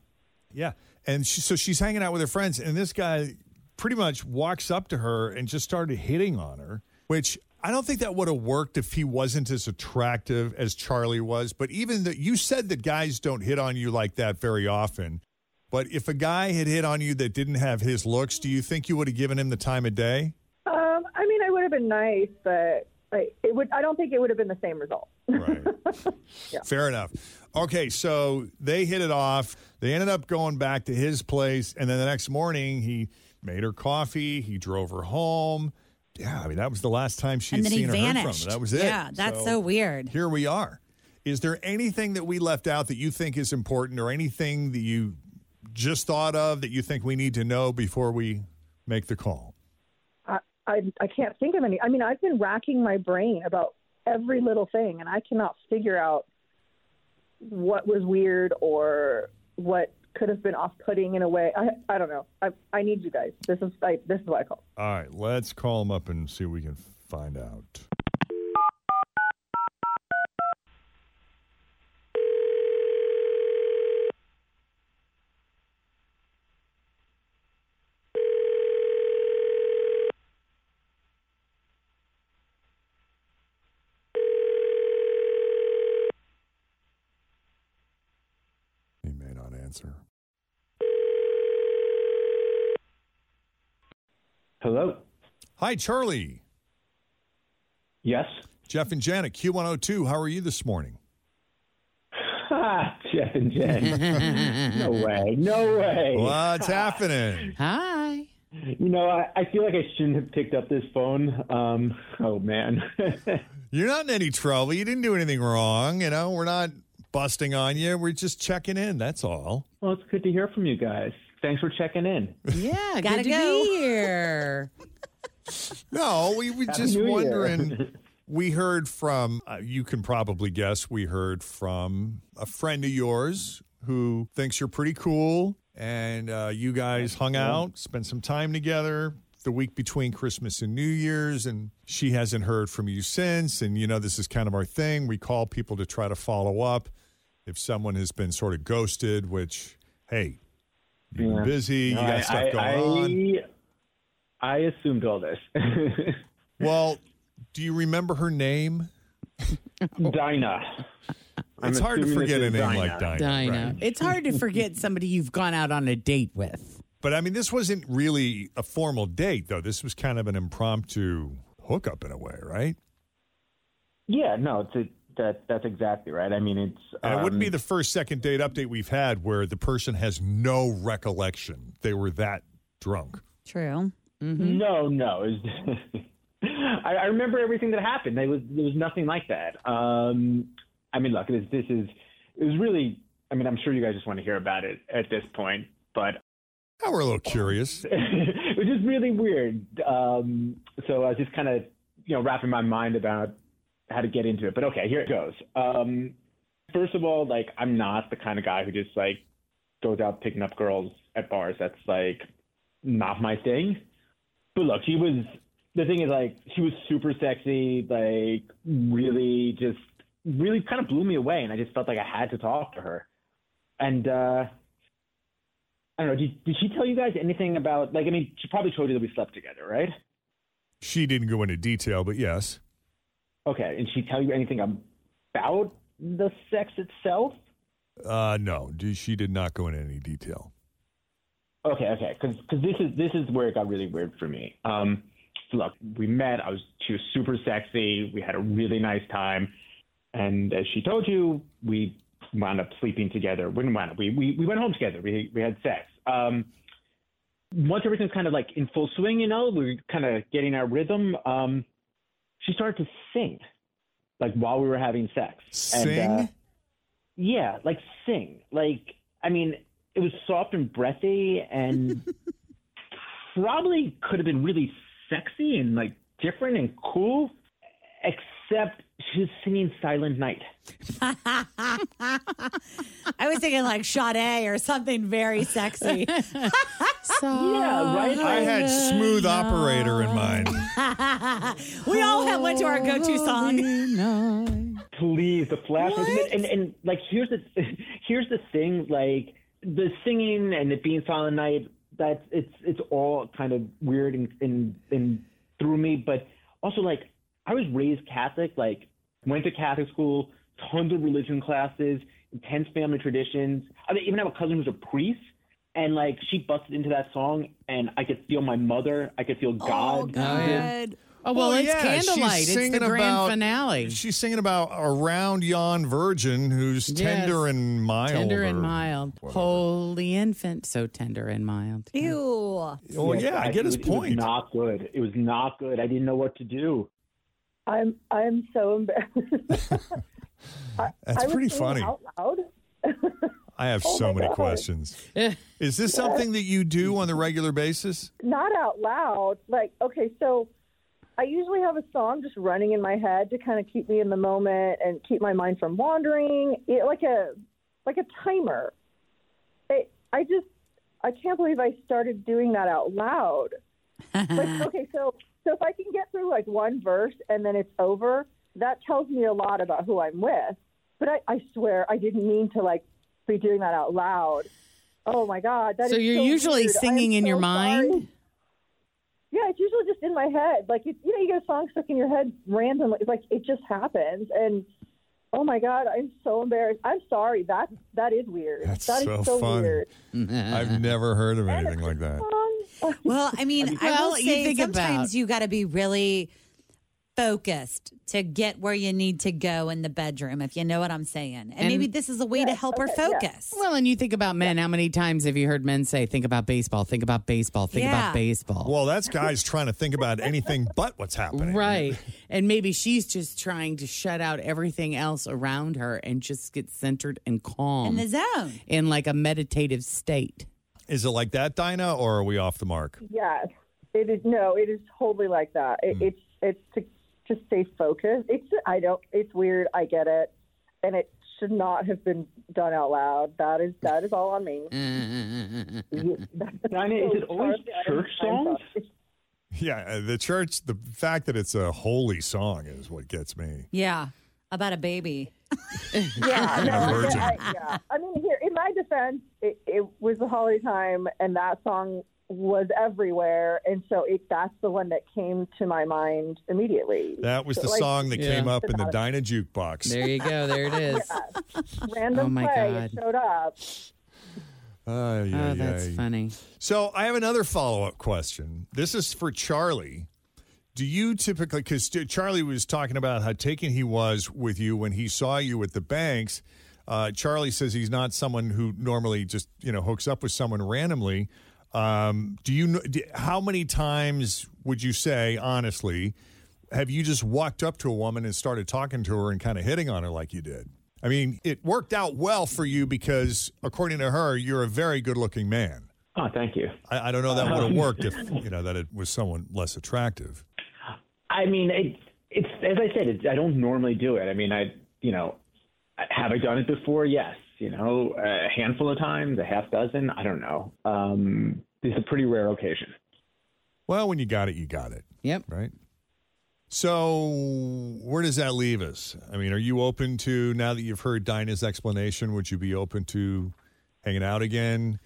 Yeah. And she, so she's hanging out with her friends, and this guy pretty much walks up to her and just started hitting on her, which I don't think that would have worked if he wasn't as attractive as Charlie was. But even that, you said that guys don't hit on you like that very often. But if a guy had hit on you that didn't have his looks, do you think you would have given him the time of day? Um, I mean, I would have been nice, but like, it would. I don't think it would have been the same result. Right. Fair enough. Okay, so they hit it off. They ended up going back to his place, and then the next morning he made her coffee. He drove her home. Yeah, I mean that was the last time she and had then he seen or heard from vanished. him. That was it. Yeah, that's so weird. Here we are. Is there anything that we left out that you think is important, or anything that you just thought of that you think we need to know before we make the call? I, I I can't think of any. I mean, I've been racking my brain about every little thing, and I cannot figure out what was weird or what could have been off-putting in a way. I I don't know. I I need you guys. This is I, this is what I call. All right, let's call him up and see what we can find out. answer. Hello. Hi, Charlie. Yes. Jeff and Janet, Q102. How are you this morning? Ah, Jeff and Jen. no way. No way. What's happening? Hi. You know, I, I feel like I shouldn't have picked up this phone. Um, oh, man. You're not in any trouble. You didn't do anything wrong. You know, we're not busting on you. We're just checking in. That's all. well, it's good to hear from you guys. Thanks for checking in. Yeah, good Gotta to go. be here. No, we were Happy just New Year. wondering. We heard from, uh, you can probably guess, we heard from a friend of yours who thinks you're pretty cool. And uh, you guys hung out, spent some time together the week between Christmas and New Year's. And she hasn't heard from you since. And, you know, this is kind of our thing. We call people to try to follow up if someone has been sort of ghosted, which, hey, you've been Yeah. busy, No, you got I- stuff I- going on. I, I assumed all this. Well, do you remember her name? Dinah. I'm it's hard to assuming this forget a is name Dinah. like Dinah. Dinah. right? It's hard to forget somebody you've gone out on a date with. But I mean, this wasn't really a formal date, though. This was kind of an impromptu hookup in a way, right? Yeah, no, it's a, that that's exactly right. I mean, it's And it wouldn't um, be the first second date update we've had where the person has no recollection. They were that drunk. True. No, no. It was, I, I remember everything that happened. There was there was nothing like that. Um, I mean, look, this this is it was really. I mean, I'm sure you guys just want to hear about it at this point, but Now we're a little curious. it was just really weird. Um, so I was just kind of, you know, wrapping my mind about how to get into it. But okay, here it goes. Um, first of all, like I'm not the kind of guy who just like goes out picking up girls at bars. That's like not my thing. But look, she was. The thing is, like, she was super sexy. Like, really, just really kind of blew me away, and I just felt like I had to talk to her. And uh, I don't know. Did, did she tell you guys anything about like? I mean, she probably told you that we slept together, right? She didn't go into detail, but yes. Okay. And she tell you anything about the sex itself? Uh, no, d- she did not go into any detail. Okay, okay, because this is this is where it got really weird for me. Um, so look, we met. I was she was super sexy. We had a really nice time, and as she told you, we wound up sleeping together. We didn't wound up. We we, we went home together. We we had sex. Um, once everything's kind of like in full swing, you know, we were kind of getting our rhythm. Um, she started to sing, like while we were having sex. And, Sing? uh, yeah, like sing. Like I mean, it was soft and breathy and probably could have been really sexy and like different and cool, except she was singing Silent Night. I was thinking like Sade or something very sexy. Yeah, right? I had smooth operator in mind. we all have went to our go-to Oh, song. Please, the flash was What? and, and like here's the here's the thing, like the singing and it being Silent Night, that's it's it's all kind of weird and and, and through me, but also like I was raised Catholic, like went to Catholic school, tons of religion classes, intense family traditions. I mean, even have a cousin who's a priest, and like she busted into that song, and I could feel my mother, I could feel God. God. Oh, well, it's yeah, she's candlelight. It's the singing grand about- finale. She's singing about a round yon virgin who's Yes. tender and mild. Tender and or- mild. Holy infant, so tender and mild. Ew. Well, Oh, yeah, I get his it was, It point. was not good. It was not good. I didn't know what to do. I'm I'm so embarrassed. I, That's I was pretty saying funny. Out loud. I have Oh so my many God. questions. Eh. Is this something that you do on the regular basis? Not out loud. Like okay, so I usually have a song just running in my head to kind of keep me in the moment and keep my mind from wandering. It, like a like a timer. It, I just I can't believe I started doing that out loud. like okay, so so if I can get through like one verse and then it's over, that tells me a lot about who I'm with. But I, I swear I didn't mean to like be doing that out loud. Oh my god, that so is you're so usually weird. I am singing in so your mind? sorry. Yeah, it's usually just in my head. Like it, you know, you get a song stuck in your head randomly. Like it just happens, and Oh my god, I'm so embarrassed. I'm sorry. That that is weird. That's That is so, so fun. weird. Uh-huh. I've never heard of anything like that. Well, I mean, I Well, will you say think about- sometimes you got to be really focused to get where you need to go in the bedroom, if you know what I'm saying. And, And- maybe this is a way to help her focus. Well, and you think about men. How many times have you heard men say, "Think about baseball. Think about baseball. Think Yeah. about baseball." Well, that's guys trying to think about anything but what's happening. Right. And maybe she's just trying to shut out everything else around her and just get centered and calm In the zone. in like a meditative state. Is it like that, Dinah, or are we off the mark? Yes, it is. No, it is totally like that. It, Hmm. It's it's to just stay focused. It's I don't. It's weird. I get it, and it should not have been done out loud. That is that is all on me. Dinah, is it always church songs? Yeah, uh, the church, the fact that it's a holy song is what gets me. Yeah. About a baby. Yeah, no, A I, virgin. I, yeah. I mean, here in my defense, it, it was the holiday time, and that song was everywhere, and so it that's the one that came to my mind immediately. That was So, the like, song that Yeah. came up in the Dinah jukebox. There you go. There it is. Random Oh, my play, it God. showed up. Ay, Oh, ay, that's ay. funny. So I have another follow up question. This is for Charlie. Do you typically, because Charlie was talking about how taken he was with you when he saw you at the banks. Uh, Charlie says he's not someone who normally just you know hooks up with someone randomly. Um, do you kn- d how many times would you say honestly have you just walked up to a woman and started talking to her and kind of hitting on her like you did? I mean, it worked out well for you because according to her, you're a very good looking man. Oh, thank you. I, I don't know that would have Um, worked if you know that it was someone less attractive. I mean, it, it's as I said, it, I don't normally do it. I mean, I you know, have I done it before? Yes, you know, a handful of times, a half dozen. I don't know. Um, it's a pretty rare occasion. Well, when you got it, you got it, Yep. right? So where does that leave us? I mean, are you open to now that you've heard Dinah's explanation? Would you be open to hanging out again?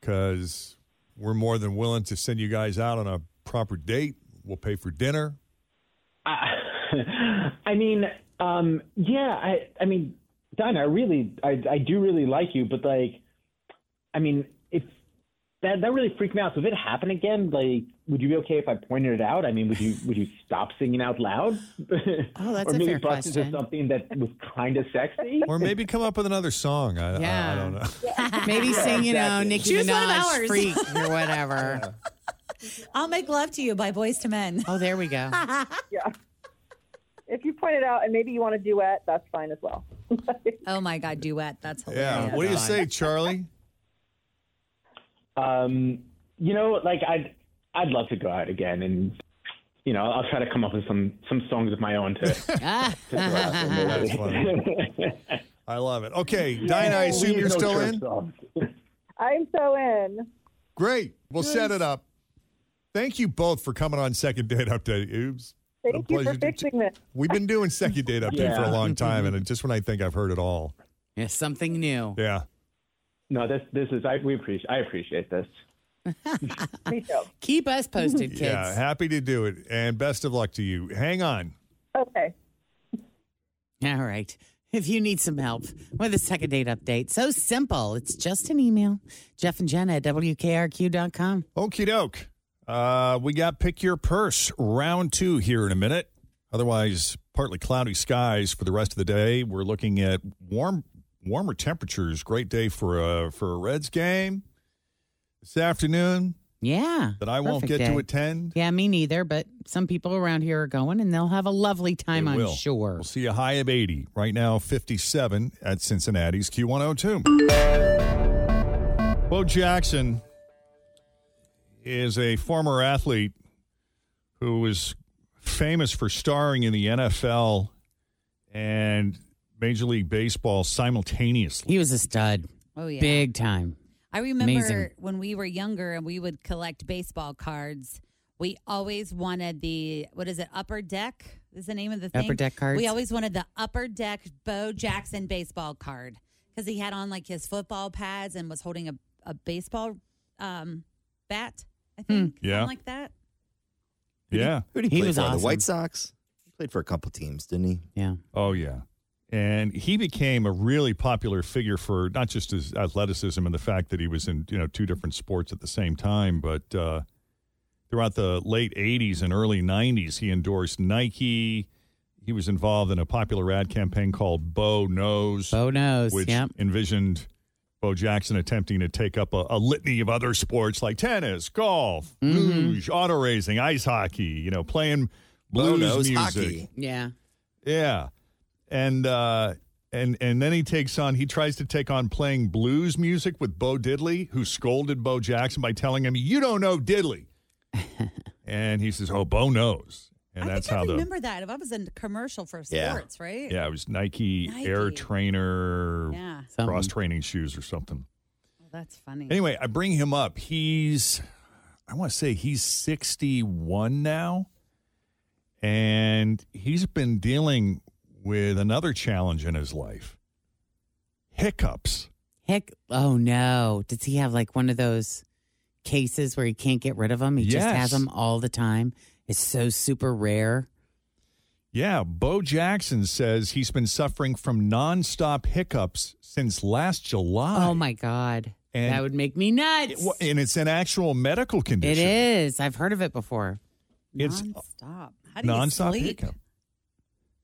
Because we're more than willing to send you guys out on a proper date. We'll pay for dinner. I, I mean, um, yeah, I, I mean, Dinah, I really, I, I do really like you, but like, I mean, if that that really freaked me out. So if it happened again, like, would you be okay if I pointed it out? I mean, would you would you stop singing out loud? Oh, that's or a maybe fair bust question. into something that was kind of sexy, Or maybe come up with another song. I, I- I, Yeah. don't know. Maybe sing, you know, exactly. Nicki Choose one of Minaj, ours. Freak, or whatever. I'll make love to you by Boys to Men. Oh, there we go. Yeah. If you point it out and maybe you want to duet, that's fine as well. Oh my God, duet. That's hilarious. Yeah. What do you say, Charlie? Um, you know, like I'd I'd love to go out again, and you know, I'll try to come up with some some songs of my own to. to throw out there. That's funny. I love it. Okay, Dinah, I assume Leave you're no still church in. songs. I'm so in. Great. We'll set it up. Thank you both for coming on Second Date Update. Oops. A Thank you for pleasure to- fixing this. We've been doing Second Date Update for a Yeah. long time, and just when I think I've heard it all. Yeah, something new. Yeah. No, this this is I we appreciate I appreciate this. Me too. Keep us posted, kids. Yeah. Happy to do it. And best of luck to you. Hang on. Okay. All right. If you need some help with a second date update, so simple. It's just an email. Jeff and Jenna at WKRQ.com. Okie doke. Uh, we got Pick Your Purse round two here in a minute. Otherwise, partly cloudy skies for the rest of the day. We're looking at warm, warmer temperatures. Great day for a, for a Reds game this afternoon Yeah. that I won't get perfect to day. attend. Yeah, me neither, but some people around here are going and they'll have a lovely time, They I'm will. sure. We'll see a high of 80. Right now, 57 at Cincinnati's Q102. Bo Jackson is a former athlete who was famous for starring in the NFL and Major League Baseball simultaneously. He was a stud. Oh, yeah. Big time. I remember Amazing. when we were younger and we would collect baseball cards. We always wanted the what is it? Upper deck is the name of the thing. Upper Deck cards? We always wanted the upper deck Bo Jackson baseball card because he had on like his football pads and was holding a a baseball um, bat. I Hmm. think Yeah. something like that. Yeah. Who did he, He play was for? awesome. The White Sox. He played for a couple teams, didn't he? Yeah. Oh, yeah. and he became a really popular figure for not just his athleticism and the fact that he was in you know two different sports at the same time, but uh, throughout the late '80s and early '90s, he endorsed Nike. He was involved in a popular ad campaign called Bo Knows. Bo Knows, which yep. envisioned Bo Jackson attempting to take up a, a litany of other sports like tennis, golf, Mm-hmm. luge, auto racing, ice hockey. You know, playing blues knows music. hockey. Yeah. Yeah, and uh, and and then he takes on. He tries to take on playing blues music with Bo Diddley, who scolded Bo Jackson by telling him, "You don't know Diddley," and he says, "Oh, Bo knows," and I that's think how I the remember that. If I was in commercial for Yeah. sports, right? yeah it was Nike, Air Nike. Trainer Yeah. Something. cross training shoes or something. Well, that's Hmm. funny. Anyway, I bring him up. He's, I want to say he's 61 now. And he's been dealing with another challenge in his life hiccups. Heck, oh no. Does he have like one of those cases where he can't get rid of them? He just Yes. has them all the time. It's so super rare. Yeah, Bo Jackson says he's been suffering from nonstop hiccups since last July. Oh my God. And- that would make me nuts. It wa- and it's an actual medical it condition. is. I've heard of it before. It's Stop. How do nonstop you sleep? hiccup.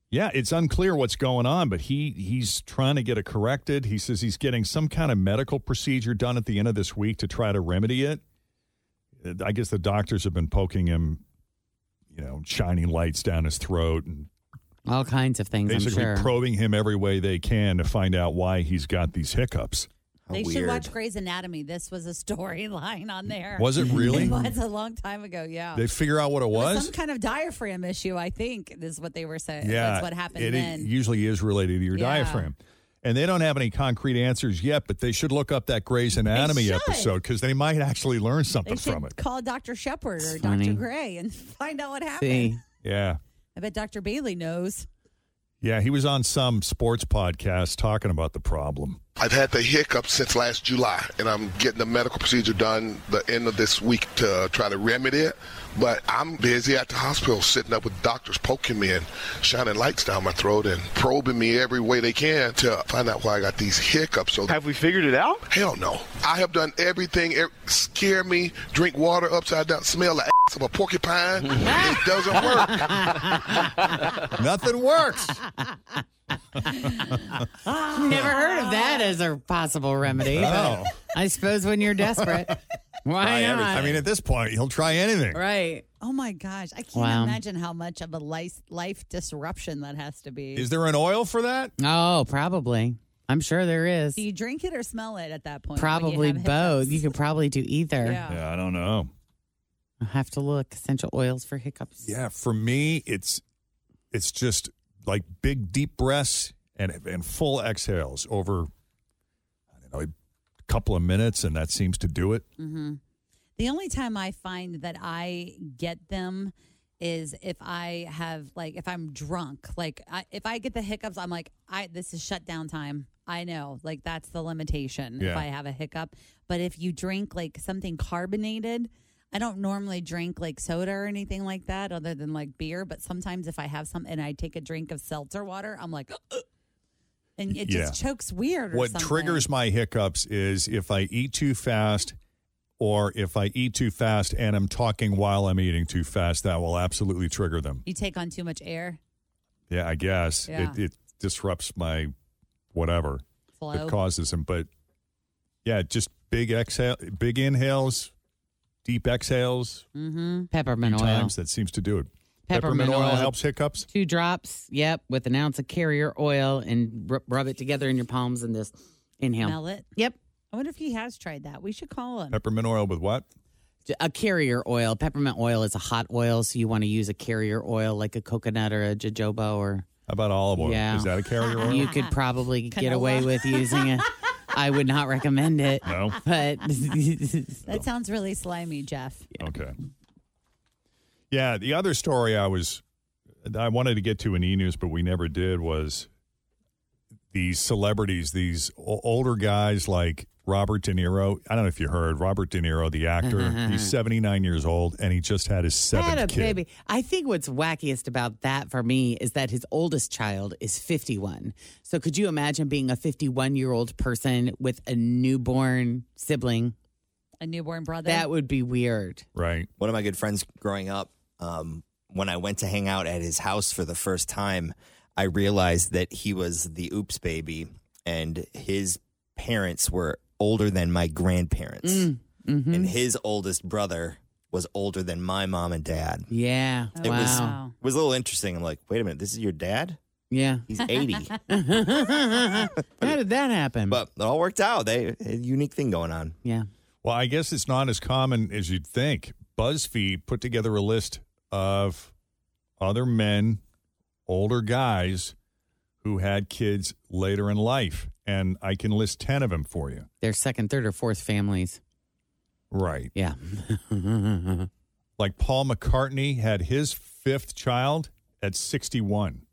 Yeah, it's unclear what's going on, but he he's trying to get it corrected. He says he's getting some kind of medical procedure done at the end of this week to try to remedy it. Uh, I guess the doctors have been poking him, you know, shining lights down his throat and All kinds of things, basically I'm sure. probing him every way they can to find out why he's got these hiccups. They should watch Grey's Anatomy. This was a storyline on there. Was it really? It was a long time ago. Yeah. They figure out what it It Oh. was was. some kind of diaphragm issue. I think is what they were saying. yeah, That's what happened it e-, then. usually is related to your Yeah. diaphragm. And they don't have any concrete answers yet, but they should look up that Grey's Anatomy should. episode because they might actually learn they something should from it. call Dr. Shepard or funny. Dr. Gray and find out what happened. See. Yeah. I bet Dr. Bailey knows. Yeah, he was on some sports podcast talking about the problem. I've had the hiccups since last July, and I'm getting the medical procedure done the end of this week to uh, try to remedy it. But I'm busy at the hospital, sitting up with doctors poking me and shining lights down my throat and probing me every way they can to find out why I got these hiccups. So have we figured it out? Hell no. I have done everything. It scare me, drink water upside down, smell the ass of a porcupine. it doesn't work. Nothing works. Never heard of that as a possible remedy. Oh. I suppose when you're desperate, why Try not? everything. I mean, at this point, he'll try anything. right. Oh my gosh. I can't Wow. imagine how much of a life, life disruption that has to be. Is there an oil for that? Oh, probably. I'm sure there is. Do you drink it or smell it at that point? when you Probably have both. hiccups? You could probably do either. Yeah. I don't know. I'll have to look. Essential oils for hiccups. Yeah, for me, it's it's just like big deep breaths and and full exhales over I don't know a couple of minutes, and that seems to do it. hmm The only time I find that I get them is if I have like if I'm drunk, like I, if I get the hiccups, I'm like, I this is shutdown time. I know, like that's the limitation if Yeah. I have a hiccup. But if you drink like something carbonated, I don't normally drink like soda or anything like that, other than like beer. But sometimes if I have some and I take a drink of seltzer water, I'm like, and it just Yeah. chokes weird. Or What something. triggers my hiccups is if I eat too fast, or if I eat too fast and I'm talking while I'm eating too fast. That will absolutely trigger them. You take on too much air. Yeah, I guess Yeah. It, it disrupts my whatever Flow. that causes them. But yeah, just big exhale, big inhales, deep exhales. Mm-hmm. Peppermint few oil. times that seems to do it. Peppermint oil. helps hiccups. Two drops. Yep. With an ounce of carrier oil and rub, rub it together in your palms and just inhale. Smell it. Yep. I wonder if he has tried that. We should call him. Peppermint oil with what? A carrier oil. Peppermint oil is a hot oil, so you want to use a carrier oil like a coconut or a jojoba or. How about olive oil? Yeah. Is that a carrier oil? You could probably get Canola. away with using it. I would not recommend it. No. But That sounds really slimy, Jeff. Okay. Yeah, the other story I was I wanted to get to in E News, but we never did was these celebrities, these o- older guys like Robert De Niro. I don't know if you heard Robert De Niro, the actor. he's 79 years old, and he just had his seventh Had a kid. baby. I think what's wackiest about that for me is that his oldest child is 51. So could you imagine being a 51 year old person with a newborn sibling? A newborn brother. That would be weird. Right. One of my good friends growing up, um, when I went to hang out at his house for the first time, I realized that he was the oops baby and his parents were older than my grandparents. And his oldest brother was older than my mom and dad. Yeah. It was Oh, wow. it was a little interesting. I'm like, wait a minute, this is your dad? Yeah. He's 80. How did that happen? But it all worked out. They a unique thing going on. Yeah. Well, I guess it's not as common as you'd think. BuzzFeed put together a list of other men, older guys who had kids later in life. And I can list 10 of them for you. Their second, third, or fourth families. Right. Yeah. like Paul McCartney had his fifth child at 61.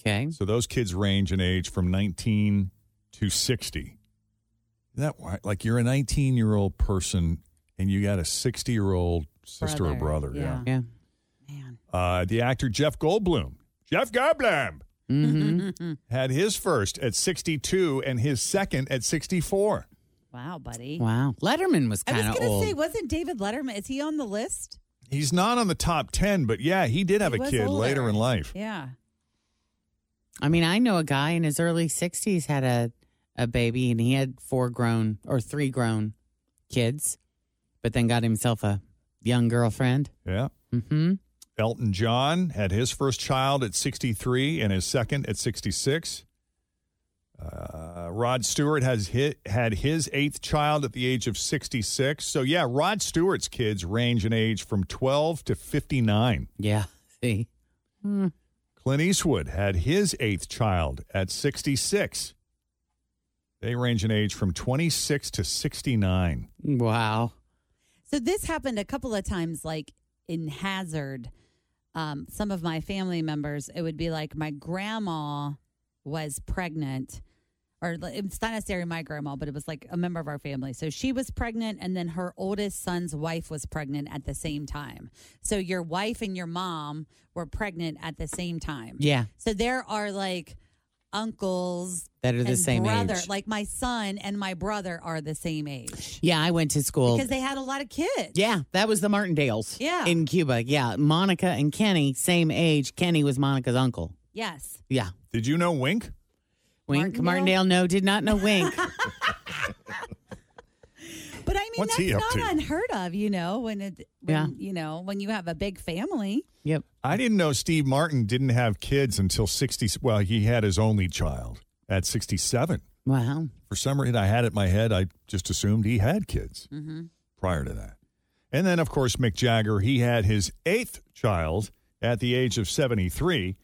Okay. So those kids range in age from 19 to 60. Isn't that why? Like you're a 19 year old person and you got a 60 year old sister or brother. Yeah. Yeah. Uh, the actor Jeff Goldblum. Jeff Goldblum Mm-hmm. had his first at 62 and his second at 64. wow, buddy. Wow. Letterman was I was kind of gonna old. say, wasn't David Letterman? Is he on the list? He's not on the top 10, but yeah, he did have He a was kid older. later in life. Yeah. I mean, I know a guy in his early 60s had a, a baby and he had four grown or three grown kids, but then got himself a young girlfriend. Yeah. Mm-hmm. Elton John had his first child at 63 and his second at 66. Uh, Rod Stewart has hit, had his eighth child at the age of 66. So, yeah, Rod Stewart's kids range in age from 12 to 59. Yeah. See? Clint Eastwood had his eighth child at 66. They range in age from 26 to 69. Wow. So this happened a couple of times, like in Hazard. Um, some of my family members, it would be like my grandma was pregnant, or li- it's not necessarily my grandma, but it was like a member of our family. So she was pregnant, and then her oldest son's wife was pregnant at the same time. So your wife and your mom were pregnant at the same time. Yeah. So there are like uncles That are the and same brother. age. Like my son and my brother are the same age Yeah, I went to school. because they had a lot of kids. yeah, that was the Martindales. Yeah. In Cuba. Yeah. Monica and Kenny, same age. Kenny was Monica's uncle. Yes. Yeah. Did you know Wink? Wink. Martindale, no, did not know Wink. But I mean, What's he that's up not to? unheard of, you know, when it, when, Yeah. you know, when you have a big family. yep. I didn't know Steve Martin didn't have kids until 60. Well, he had his only child at 67. Wow. For some reason, I had it in my head. I just assumed he had kids Mm-hmm. prior to that. And then, of course, Mick Jagger, he had his eighth child at the age of 73.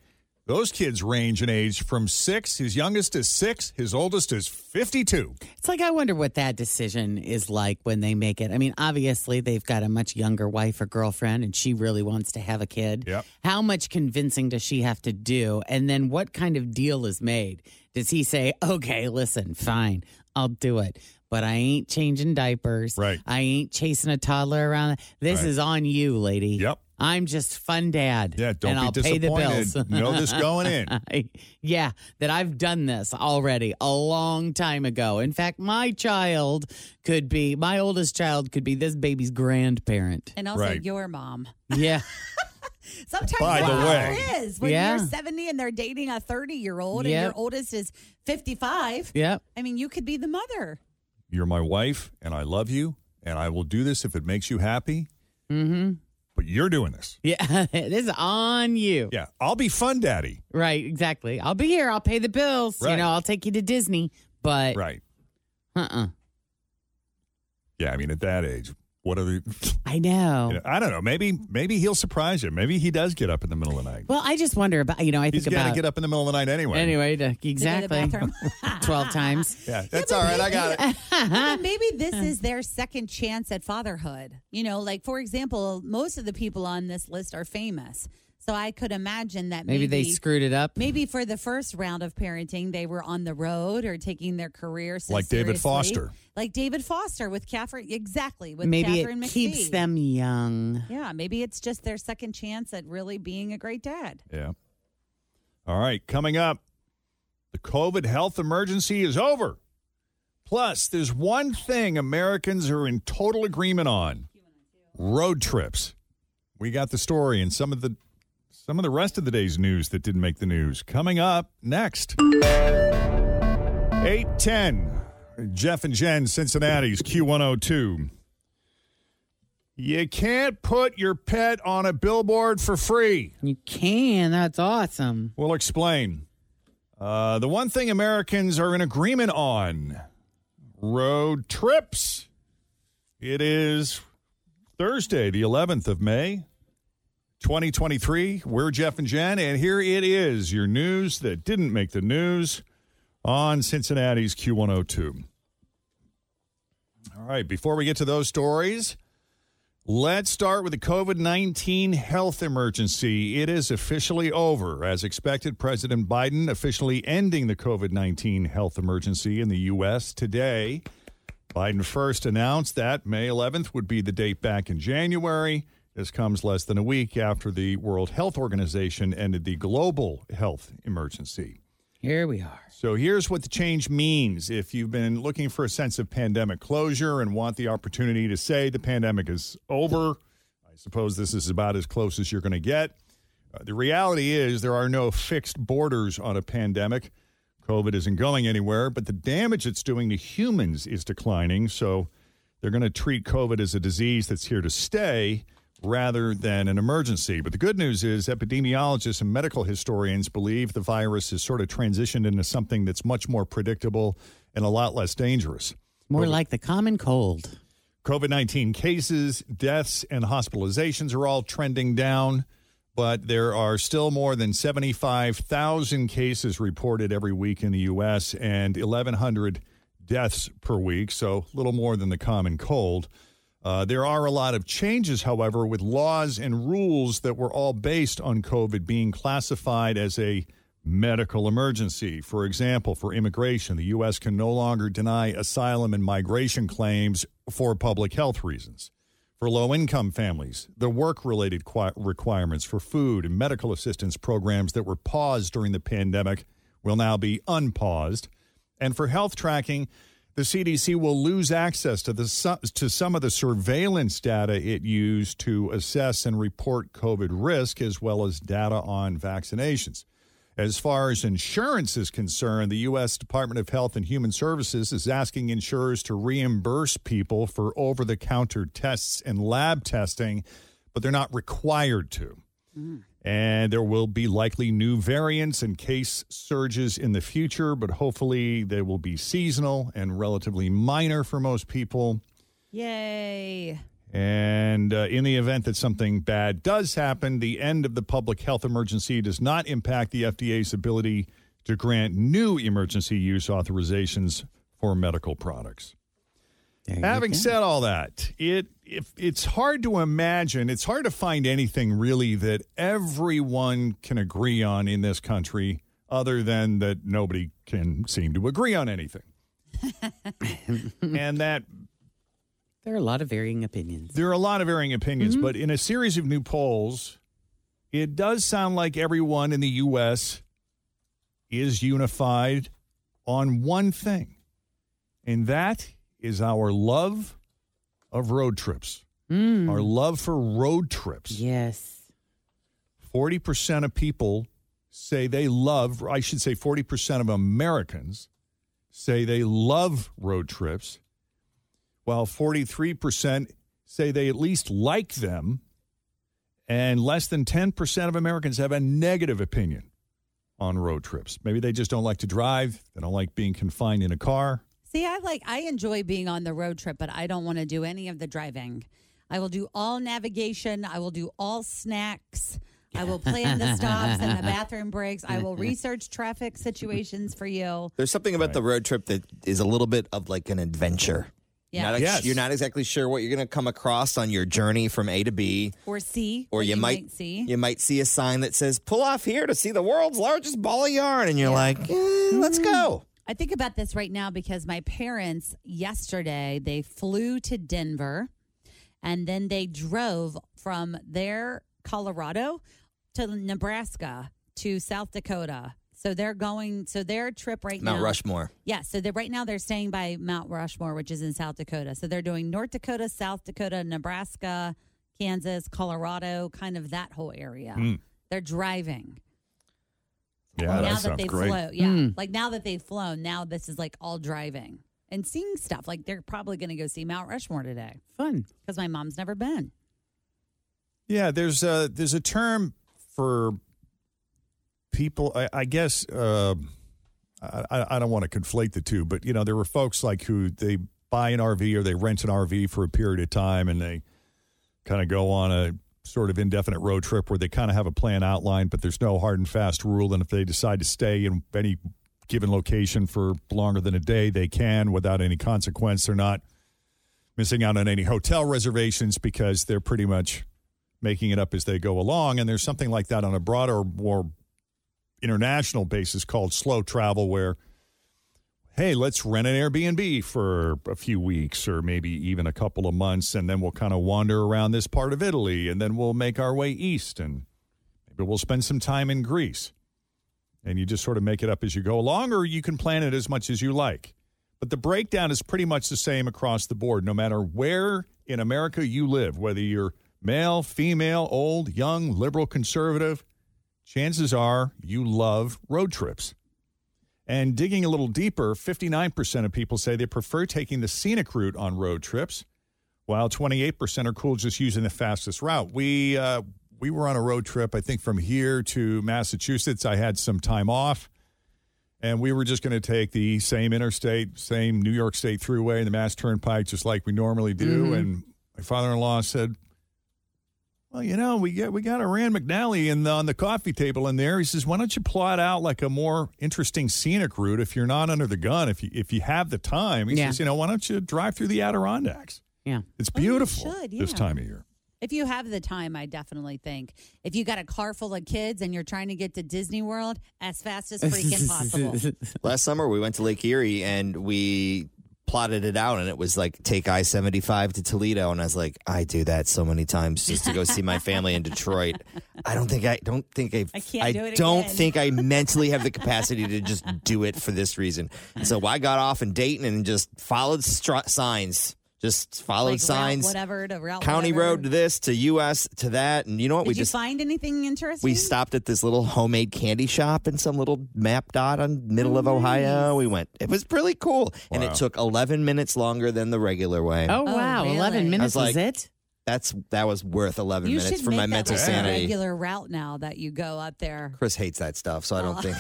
Those kids range in age from six. His youngest is six. His oldest is 52. It's like I wonder what that decision is like when they make it. I mean, obviously they've got a much younger wife or girlfriend and she really wants to have a kid. Yep. How much convincing does she have to do? And then what kind of deal is made? Does he say, "Okay, listen, fine. I'll do it, but I ain't changing diapers. Right. I ain't chasing a toddler around. This Right. is on you, lady." Yep. I'm just fun dad. Yeah, don't and be I'll pay the disappointed. bills. Know this going in. I- yeah, that I've done this already a long time ago. In fact, my child could be, my oldest child could be this baby's grandparent. And also Right. your mom. Yeah. Sometimes By the that's how way. it is when Yeah. you're 70 and they're dating a 30 year old and Yep. your oldest is 55. yep. I mean, you could be the mother. You're my wife, and I love you, and I will do this if it makes you happy. Mm-hmm. But you're doing this. Yeah. this is on you. Yeah, I'll be fun, daddy. Right. Exactly. I'll be here. I'll pay the bills. Right. You know, I'll take you to Disney, but Right. uh-uh. Yeah, I mean, at that age, what are the. I know. You know, I don't know. Maybe maybe he'll surprise you. Maybe he does get up in the middle of the night. Well, I just wonder about, you know, I He's think got to about. get up in the middle of the night anyway. Anyway, to- To go exactly. to the bathroom. Twelve times. Yeah, that's all right. I got it. But maybe this is their second chance at fatherhood. You know, like for example, most of the people on this list are famous. So I could imagine that maybe, Maybe they screwed it up. Maybe for the first round of parenting, they were on the road or taking their career so Like David seriously. Foster. like David Foster with Catherine. Exactly with Maybe Catherine it McPhee. keeps them young. Yeah, maybe it's just their second chance at really being a great dad. Yeah. All right. Coming up, the COVID health emergency is over. Plus, there's one thing Americans are in total agreement on road trips. We got the story and some of the some of the rest of the day's news that didn't make the news. Coming up next. 810. Jeff and Jen, Cincinnati's Q102. You can't put your pet on a billboard for free. You can. That's awesome. We'll explain. Uh, the one thing Americans are in agreement on road trips. It is Thursday, the 11th of May, 2023. We're Jeff and Jen, and here it is your news that didn't make the news on Cincinnati's Q102. All right, before we get to those stories, Let's start with the COVID 19 health emergency. It is officially over. As expected, President Biden officially ending the COVID 19 health emergency in the U.S. today. Biden first announced that May 11th would be the date back in January. This comes less than a week after the World Health Organization ended the global health emergency. Here we are. So here's what the change means. If you've been looking for a sense of pandemic closure and want the opportunity to say the pandemic is over, I suppose this is about as close as you're going to get. Uh, the reality is there are no fixed borders on a pandemic. COVID isn't going anywhere, but the damage it's doing to humans is declining. So they're going to treat COVID as a disease that's here to stay rather than an emergency. But the good news is epidemiologists and medical historians believe the virus has sort of transitioned into something that's much more predictable and a lot less dangerous. More like the common cold. COVID 19 cases, deaths, and hospitalizations are all trending down, but there are still more than 75,000 cases reported every week in the U.S. and 1,100 deaths per week, so a little more than the common cold. Uh, there are a lot of changes, however, with laws and rules that were all based on COVID being classified as a medical emergency. For example, for immigration, the U.S. can no longer deny asylum and migration claims for public health reasons. For low income families, the work related qui- requirements for food and medical assistance programs that were paused during the pandemic will now be unpaused. And for health tracking, the CDC will lose access to the su- to some of the surveillance data it used to assess and report COVID risk, as well as data on vaccinations. As far as insurance is concerned, the U.S. Department of Health and Human Services is asking insurers to reimburse people for over the counter tests and lab testing, but they're not required to. And there will be likely new variants and case surges in the future, but hopefully they will be seasonal and relatively minor for most people. Yay. And uh, in the event that something bad does happen, the end of the public health emergency does not impact the FDA's ability to grant new emergency use authorizations for medical products. Having said all that, it if it's hard to imagine, it's hard to find anything really that everyone can agree on in this country other than that nobody can seem to agree on anything. and that There are a lot of varying opinions. there are a lot of varying opinions, but in a series of new polls, it does sound like everyone in the U.S. is unified on one thing, and that is our love of road trips, our love for road trips. Yes. 40% of people say they love, I should say 40% of Americans say they love road trips, while 43% say they at least like them, and less than 10% of Americans have a negative opinion on road trips. Maybe they just don't like to drive, they don't like being confined in a car. See, I like I enjoy being on the road trip, but I don't want to do any of the driving. I will do all navigation. I will do all snacks. I will plan the stops and the bathroom breaks. I will research traffic situations for you. There's something about the road trip that is a little bit of like an adventure. Yeah. Not ex- Yes. You're not exactly sure what you're going to come across on your journey from A to B. Or C. Or like you, might, see. you might see a sign that says "Pull off here to see the world's largest ball of yarn," and you're like, eh, "Let's go." I think about this right now because my parents yesterday they flew to Denver and then they drove from there Colorado to Nebraska to South Dakota. So they're going so their trip right Mount now Rushmore. Yeah, so they right now they're staying by Mount Rushmore which is in South Dakota. So they're doing North Dakota, South Dakota, Nebraska, Kansas, Colorado, kind of that whole area. Mm. They're driving Yeah, now that they've flown, yeah, like now that they've flown, now this is like all driving and seeing stuff. Like they're probably going to go see Mount Rushmore today. Fun because my mom's never been. Yeah, there's a there's a term for people. I, I guess uh, I, I I don't want to conflate the two, but you know there were folks like who they buy an RV or they rent an RV for a period of time and they kind of go on a sort of indefinite road trip where they kind of have a plan outlined, but there's no hard and fast rule. And if they decide to stay in any given location for longer than a day, they can without any consequence. They're not missing out on any hotel reservations because they're pretty much making it up as they go along. And there's something like that on a broader, more international basis called slow travel, where, hey, let's rent an Airbnb for a few weeks or maybe even a couple of months, and then we'll kind of wander around this part of Italy, and then we'll make our way east, and maybe we'll spend some time in Greece. And you just sort of make it up as you go along, or you can plan it as much as you like. But the breakdown is pretty much the same across the board, no matter where in America you live, whether you're male, female, old, young, liberal, conservative, chances are you love road trips. And digging a little deeper, 59% of people say they prefer taking the scenic route on road trips, while 28% are cool just using the fastest route. We, uh, we were on a road trip, I think, from here to Massachusetts. I had some time off and we were just going to take the same interstate, same New York State thruway, the Mass Turnpike, just like we normally do. And my father-in-law said, "Well, you know, we got we got a Rand McNally in the, on the coffee table in there." He says, "Why don't you plot out like a more interesting scenic route if you're not under the gun, if you if you have the time?" He Yeah. says, "You know, why don't you drive through the Adirondacks? Yeah, it's Well, you beautiful should, this yeah. time of year." If you have the time, I definitely think if you got a car full of kids and you're trying to get to Disney World as fast as freaking possible. Last summer, we went to Lake Erie and we plotted it out, and it was like take I seventy five to Toledo, and I was like, I do that so many times just to go see my family in Detroit. I don't think I don't think I've, I can't do it not again. think I mentally have the capacity to just do it for this reason. And so I got off in Dayton and just followed str- signs, just followed Like route signs, whatever to route county whatever. road to this to U.S. to that, and you know what? Did we you just find anything interesting? we stopped at this little homemade candy shop in some little map dot on middle of Ohio. We went. It was really cool, and it took eleven minutes longer than the regular way. Oh, wow, eleven minutes I was was like, it? That's that was worth eleven you minutes should for make my that mental like a sanity. regular route now that you go up there. Chris hates that stuff, so I don't Oh. think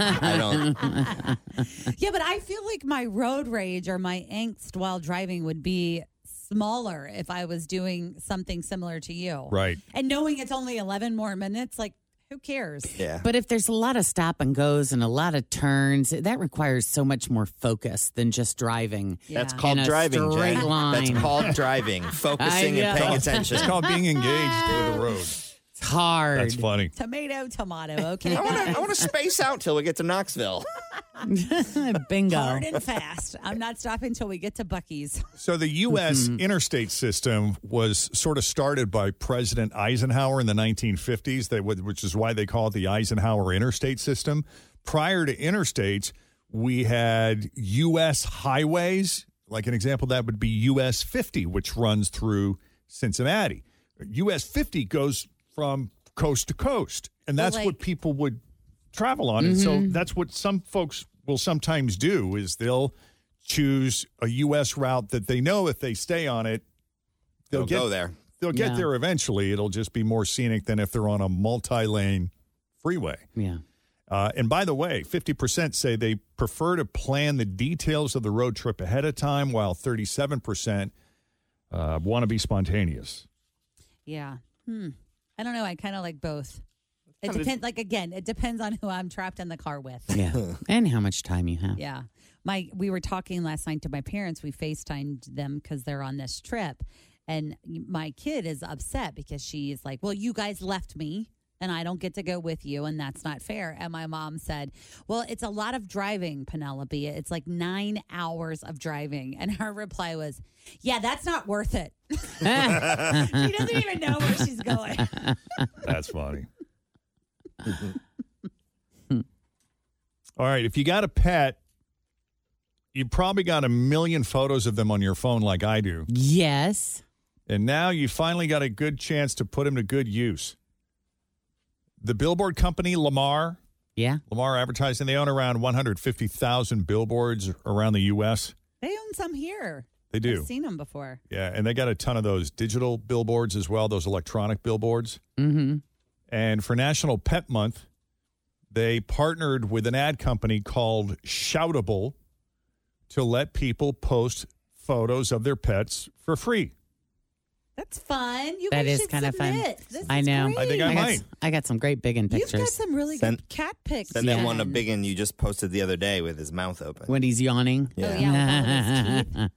I don't. Yeah, but I feel like my road rage or my angst while driving would be smaller if I was doing something similar to you. Right. And knowing it's only 11 more minutes, like, who cares? Yeah. But if there's a lot of stop and goes and a lot of turns, that requires so much more focus than just driving. That's in called a driving, Straight Jen. line. That's called driving, focusing I and paying know. attention. It's called being engaged with the road. It's hard. That's funny. Tomato, tomato. Okay. I want to. I want to space out till we get to Knoxville. Bingo. Hard and fast. I'm not stopping until we get to Bucky's. So the U.S. interstate system was sort of started by President Eisenhower in the 1950s, that, which is why they call it the Eisenhower interstate system. Prior to interstates, we had U.S. highways. Like an example, of that would be U.S. 50, which runs through Cincinnati. U.S. 50 goes from coast to coast, and Well, that's like- what people would travel on. And so that's what some folks will sometimes do is they'll choose a U.S. route that they know if they stay on it, They'll go there. They'll get Yeah. there eventually. It'll just be more scenic than if they're on a multi-lane freeway. Yeah. Uh, and by the way, 50% say they prefer to plan the details of the road trip ahead of time, while 37% uh, want to be spontaneous. Yeah. Hmm. I don't know. I kind of like both. It Kinda- depends. Like, again, it depends on who I'm trapped in the car with. Yeah. and how much time you have. Yeah. my we were talking last night to my parents. We FaceTimed them because they're on this trip, and my kid is upset because she's like, "Well, you guys left me." And I don't get to go with you, and that's not fair. And my mom said, Well, it's a lot of driving, Penelope. It's like nine hours of driving. And her reply was, Yeah, that's not worth it. she doesn't even know where she's going. That's funny. All right, if you got a pet, you probably got a million photos of them on your phone like I do. Yes. And now you finally got a good chance to put them to good use. The billboard company, Lamar. Yeah. Lamar Advertising, they own around 150,000 billboards around the U.S. They own some here. They do. I've seen them before. Yeah, and they got a ton of those digital billboards as well, those electronic billboards. Mm-hmm. And for National Pet Month, they partnered with an ad company called Shoutable to let people post photos of their pets for free. That's fun. You That guys is should kind of fun. submit. This I is know. great. I think I got might. s- I got some great big in pictures. You've got some really Send- good cat pics. Send that one a Jen. big one you just posted the other day with his mouth open. when he's yawning. Yeah. Oh, yeah, with all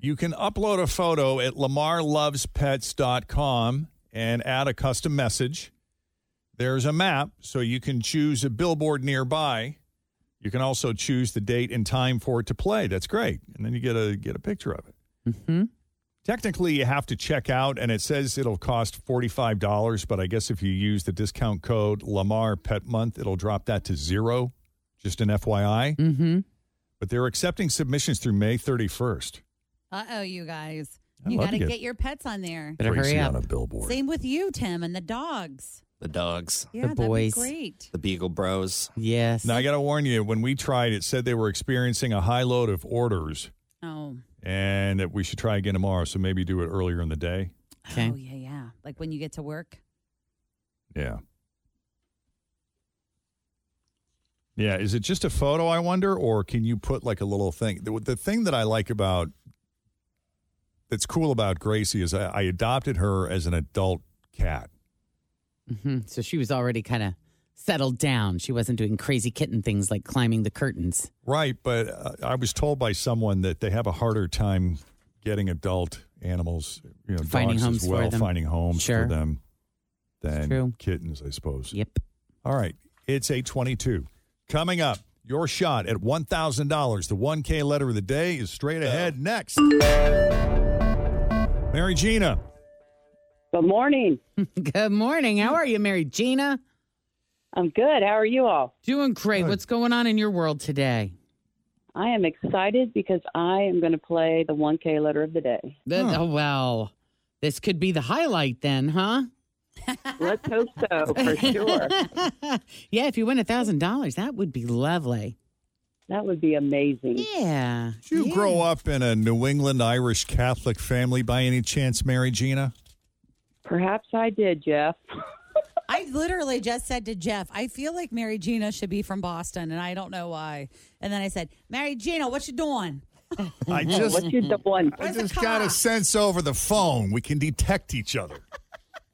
You can upload a photo at lamarlovespets.com and add a custom message. There's a map, so you can choose a billboard nearby. You can also choose the date and time for it to play. That's great. And then you get a get a picture of it. Mm-hmm. Technically, you have to check out, and it says it'll cost $45, but I guess if you use the discount code Lamar Pet Month, it'll drop that to zero. Just an FYI. Mm-hmm. But they're accepting submissions through May 31st. Uh oh, you guys. I'd you love got to to get- get your pets on there. Better Tracy hurry on up. a billboard. Same with you, Tim, and the dogs. The dogs, Yeah, boys. that'd be great. the Beagle Bros. Yes. Now, I got to warn you, when we tried, it said they were experiencing a high load of orders Oh, and that we should try again tomorrow. So maybe do it earlier in the day. Okay. oh yeah, yeah. Like when you get to work. Yeah. Yeah. Is it just a photo, I wonder, or can you put like a little thing? The, the thing that I like about that's cool about Gracie is I, I adopted her as an adult cat. hmm So she was already kind of settled down. She wasn't doing crazy kitten things like climbing the curtains. Right. But uh, I was told by someone that they have a harder time getting adult animals, you know, Finding dogs homes as for well, them. finding homes Sure. for them than true. kittens, I suppose. Yep. All right. It's 822. Coming up, your shot at $1,000. The 1K letter of the day is straight ahead next. Mary Gina. Good morning. Good morning. How are you, Mary Gina? I'm good. How are you all? Doing great. Good. What's going on in your world today? I am excited because I am going to play the 1K letter of the day. That- Huh. Oh, well, this could be the highlight then, huh? Let's hope so, for sure. yeah, if you win a $1,000, that would be lovely. That would be amazing. Yeah. Did you yeah. grow up in a New England Irish Catholic family by any chance, Mary Gina? Perhaps I did, Jeff. I literally just said to Jeff, I feel like Mary Gina should be from Boston, and I don't know why. And then I said, Mary Gina, what you doing? I just What you doing? I Where's the just got a car? sense over the phone. We can detect each other.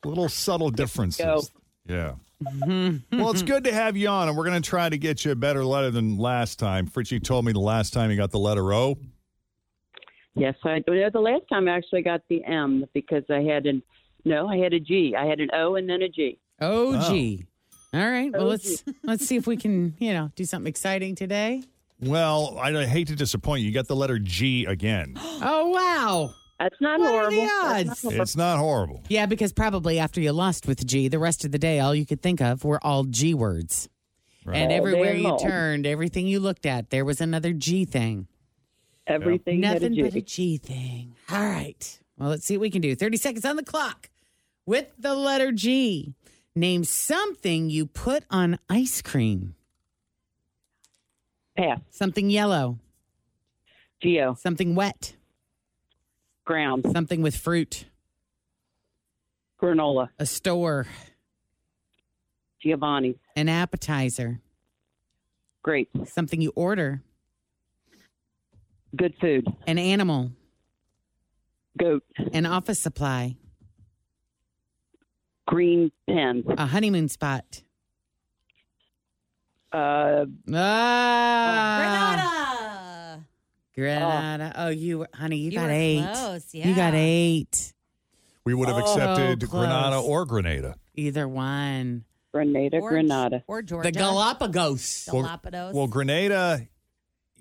Little subtle go. differences. Yeah. well, it's good to have you on, and we're going to try to get you a better letter than last time. Fritchie told me the last time you got the letter O. Yes, I. well, The last time I actually got the M because I had an no, I had a G. I had an O and then a G. Oh, gee. All right. Well, Oh, let's let's see if we can, you know, do something exciting today. Well, I, I hate to disappoint you. You got the letter G again. Oh, wow. That's not What are the horrible. That's not odds? horrible. it's not horrible. Yeah, because probably after you lost with G, the rest of the day, all you could think of were all G words. And All everywhere day you long. turned, everything you looked at, there was another G thing. Everything had Nothing a but a G. G thing. All right. Well, let's see what we can do. 30 seconds on the clock with the letter G. Name something you put on ice cream. Pass. Something yellow, Geo. something wet, Ground. something with fruit, Granola. a store, Giovanni. an appetizer, Great. something you order, Good food. an animal, Goat. an office supply, Green pen. a honeymoon spot. Uh, Ah, Renata! Granada. Oh, you, were- honey, you, You got were eight. close, You got yeah. eight. We would have Oh, accepted close. Granada or Grenada. Either one. Grenada, Grenada. Or The Galapagos. Well- Well, Grenada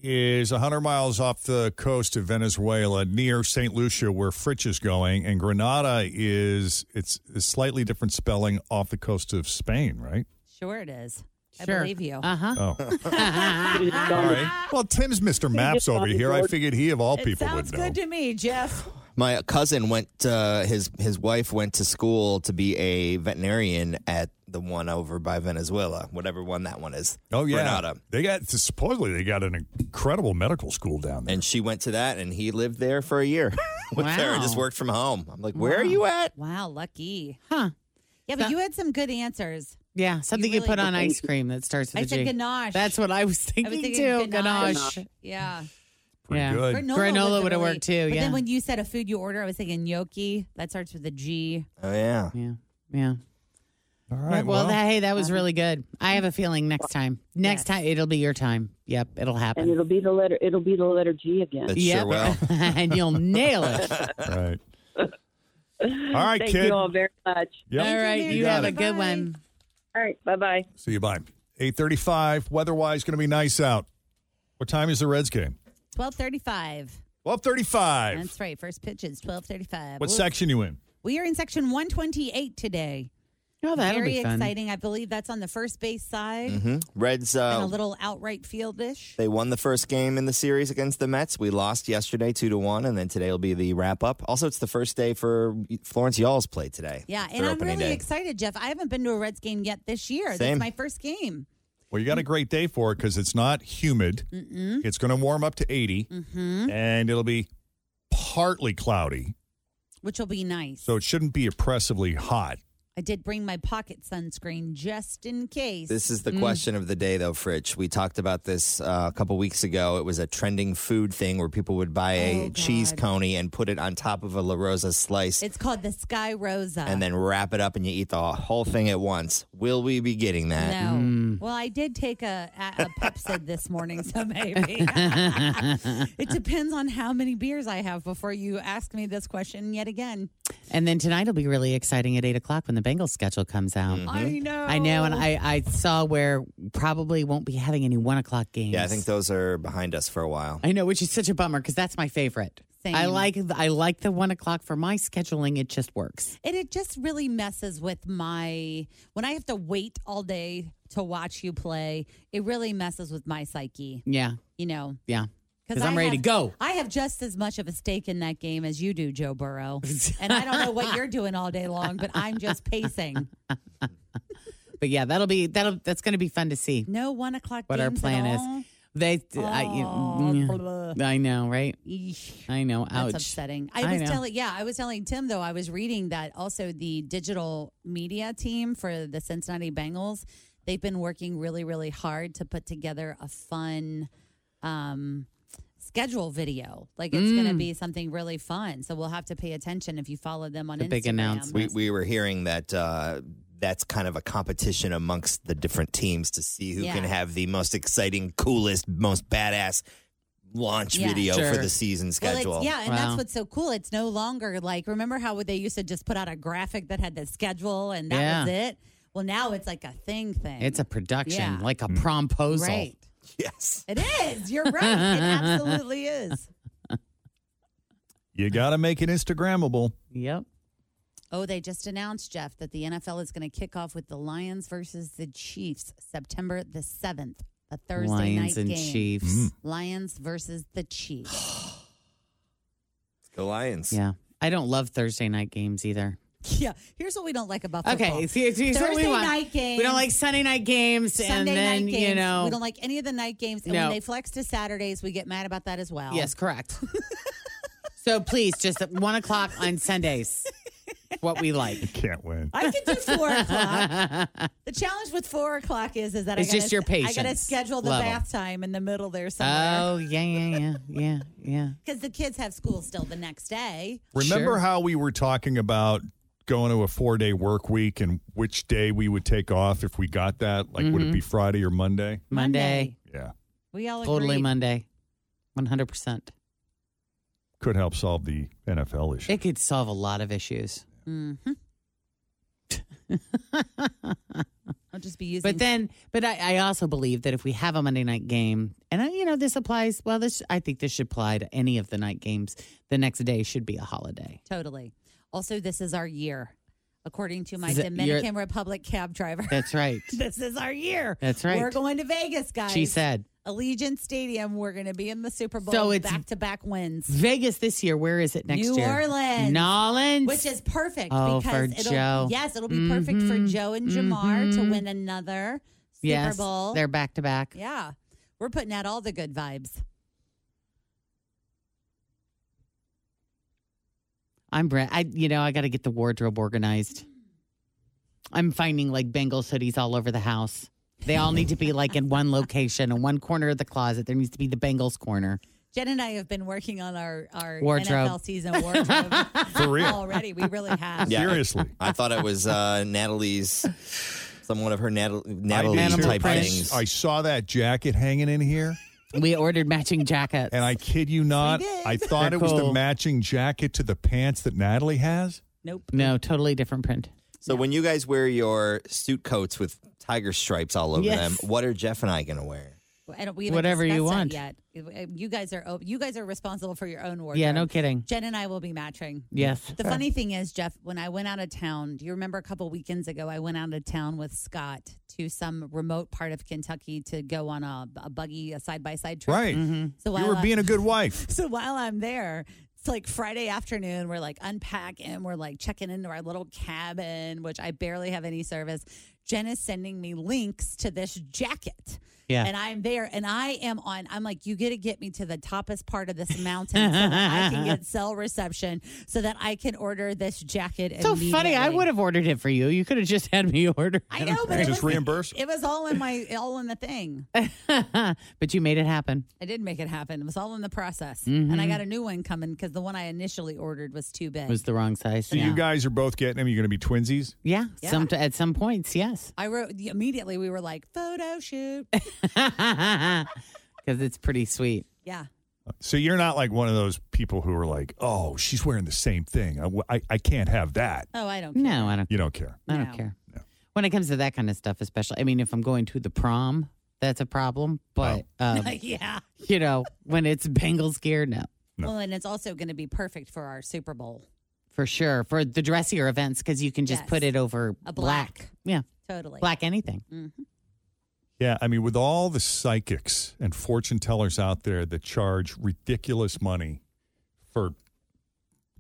is 100 miles off the coast of Venezuela near St. Lucia where Fritch is going and Granada is it's a slightly different spelling off the coast of Spain, right? Sure, it is. Sure. I believe you. Uh huh. Oh. All right. Well, Tim's Mr. Maps over here. I figured he of all It people sounds would know. good to me, Jeff. My cousin went. Uh, his his wife went to school to be a veterinarian at the one over by Venezuela, whatever one that one is. Oh yeah. Grenada. They got supposedly they got an incredible medical school down there. And she went to that, and he lived there for a year with her and just Wow. worked from home. I'm like, where are you at? Wow, lucky. Huh. Yeah, but you had some good answers. Yeah, something you, really put did. on ice cream that starts with I a said G. ganache. That's what I was thinking, I was thinking too. ganache. Yeah. Pretty yeah. good. Granola, Granola was would have really- worked, too, But yeah. then when you said a food you order, I was thinking gnocchi. That starts with a G. Oh yeah. Yeah. Yeah. All Yeah, well, that, hey, that was really good. I have a feeling next time, next time it'll be your time. Yep, it'll happen. and it'll be the letter. It'll be the letter G again. Yep. and you'll nail it. Right. All right, Thank kid. you all very much. Yep. All right, You you, got have a it. good one. All right, bye bye. See you bye. 835 weather-wise going to be nice out. What time is the Reds game? 1235. 1235. That's right. First pitch is 1235. What We'll- section you in? We are in section 128 today. Oh, that'll Very be fun. exciting. I believe that's on the first base side hmm Reds. and a Uh, little outright fieldish. they won the first game in the series against the Mets. We lost yesterday two to one, and then today will be the wrap up. Also, it's the first day for Florence Y'all's play today. Yeah, It's and their I'm opening really day. excited, Jeff. I haven't been to a Reds game yet this year. That's Same. my first game. Well, you got a great day for it because it's not humid. Mm. Mm-mm. It's going to warm up to 80, Mm-hmm. and it'll be partly cloudy, Which will be nice. so it shouldn't be oppressively hot. I did bring my pocket sunscreen just in case. This is the Mm. question of the day, though, Fritch. We talked about this uh, a couple weeks ago. It was a trending food thing where people would buy a Oh, cheese God. coney and put it on top of a La Rosa slice It's called the Sky Rosa. and then wrap it up and you eat the whole thing at once. Will we be getting no. that? Mm. Well, I did take a, a, a Pepsid this morning, so maybe. it depends on how many beers I have before you ask me this question yet again. And then tonight will be really exciting at eight o'clock when the Bengals schedule comes out. I know. I know, and I, I saw where probably won't be having any one o'clock games. Yeah, I think those are behind us for a while. I know, which is such a bummer because that's my favorite. Same. I like I like the one o'clock for my scheduling. It just works. And it just really messes with my when I have to wait all day to watch you play. It really messes with my psyche, Yeah, you know. yeah. Because I'm I ready have- to go. I have just as much of a stake in that game as you do, Joe Burrow. and I don't know what you're doing all day long, but I'm just pacing. But yeah, that'll be that'll that's going to be fun to see. No one o'clock. What our games at plan is. all? They, I, you- Oh, yeah. blah. I know, right? Eesh. I know. Ouch. That's upsetting. I I was know. telling, yeah, I was telling Tim though. I was reading that also the digital media team for the Cincinnati Bengals, they've been working really, really hard to put together a fun um, schedule video. Like it's going to Mm. be something really fun. So we'll have to pay attention if you follow them on The Instagram. big announcement. We, we were hearing that uh, that's kind of a competition amongst the different teams to see who Yeah. can have the most exciting, coolest, most badass launch Yeah. video Sure. for the season Well, schedule. it's, yeah, and Wow. that's what's so cool. It's no longer like remember how they used to just put out a graphic that had the schedule and that was it. Well, now it's like a thing thing. It's a production, Yeah. like a promposal. right. Yes. It is. You're right. It absolutely is. You got to make it Instagrammable. Yep. Oh, they just announced, Jeff, that the NFL is going to kick off with the Lions versus the Chiefs September the 7th, a Thursday night Lions and game. Chiefs. Mm. Lions versus the Chiefs. The Lions. Yeah. I don't love Thursday night games either. yeah. Here's what we don't like about football. Okay. See, see, here's what we Thursday want. night games. We don't like Sunday night games. and Sunday then, night games. you know. we don't like any of the night games. And No. when they flex to Saturdays, we get mad about that as well. Yes, correct. so please, just at one o'clock on Sundays, what we like. Can't win. I can do four o'clock. The challenge with four o'clock is is that It's I gotta, just your I got to patience schedule the level. bath time in the middle there somewhere Oh, yeah, yeah, yeah, yeah, yeah. because the kids have school still the next day. Remember Sure. how we were talking about going to a four day work week and which day we would take off if we Mm-hmm. got that? Like, would it be Friday or Monday? Monday. Yeah. We all Totally agreed. Monday. 100%. Could help solve the NFL issue. It could solve a lot of issues. Mm-hmm. I'll just be using. But then, but I, I also believe that if we have a Monday night game, and I, you know, this applies, well, this, I think this should apply to any of the night games. The next day should be a holiday. Totally. Also, this is our year, according to my Is it your- Dominican Republic cab driver. That's right. this is our year. That's right. We're going to Vegas, guys. She said. Allegiant Stadium. We're going to be in the Super Bowl. So it's- back to back wins. Vegas this year. Where is it next New year? Orleans. Nolans. Which is perfect Oh, because for it'll Joe. yes, it'll be perfect for Mhm. Joe and Jamar to Mhm. win another Super yes, Bowl. They're back to back. Yeah. We're putting out all the good vibes. I'm Brent. I you know I got to get the wardrobe organized. I'm finding like Bengals hoodies all over the house. They all need to be like in one location, in one corner of the closet. There needs to be the Bengals corner. Jen and I have been working on our, our Wardrobe. NFL season wardrobe For real. already. We really have. Seriously. I thought it was uh, Natalie's, someone of her Natal- I Natalie did, too. type I, things. I saw that jacket hanging in here. We ordered matching jackets. And I kid you not, I thought They're it was the cool. matching jacket to the pants that Natalie has. Nope. No, totally different print. So when you guys wear your suit coats with tiger stripes all over Yes. them, what are Jeff and I going to wear? I don't, we haven't Whatever you discussed that Yet uh, you guys are you guys are responsible for your own wardrobe. Yeah, no kidding. Jen and I will be matching. Yes. The funny thing is, Jeff, when I went out of town, do you remember a couple weekends ago? I went out of town with Scott to some remote part of Kentucky to go on a, a buggy, a side by side trip. Right. So you while were I- being a good wife. So while I'm there, it's like Friday afternoon. We're like unpacking. We're like checking into our little cabin, which I barely have any service. Jen is sending me links to this jacket. Yeah. And I'm there and I am on. I'm like, you got to get me to the toppest part of this mountain so that I can get cell reception so that I can order this jacket. So funny. I immediately." would have ordered it for you. You could have just had me order. I know, but it was, reimburse. It was all in my, all in the thing. but you made it happen. I did make it happen. It was all in the process, and I Mhm. got a new one coming because the one I initially ordered was too big. It was the wrong size. So you guys are both getting them. You're going to be twinsies. yeah. Yeah. Some at some points, yes, I wrote immediately. We were like photo shoot. because it's pretty sweet. yeah, So you're not like one of those people who are like, oh, she's wearing the same thing. I, I, I can't have that. Oh, I don't. No, I don't. You don't care. I don't care. When it comes to that kind of stuff, especially, I mean, if I'm going to the prom, that's a problem. But Oh. um, yeah. you know, when it's Bengals gear, no, Well, and it's also going to be perfect for our Super Bowl. for sure. For the dressier events, because you can just Yes. put it over A black. black. yeah, Totally. black anything. Yeah, I mean, with all the psychics and fortune tellers out there that charge ridiculous money for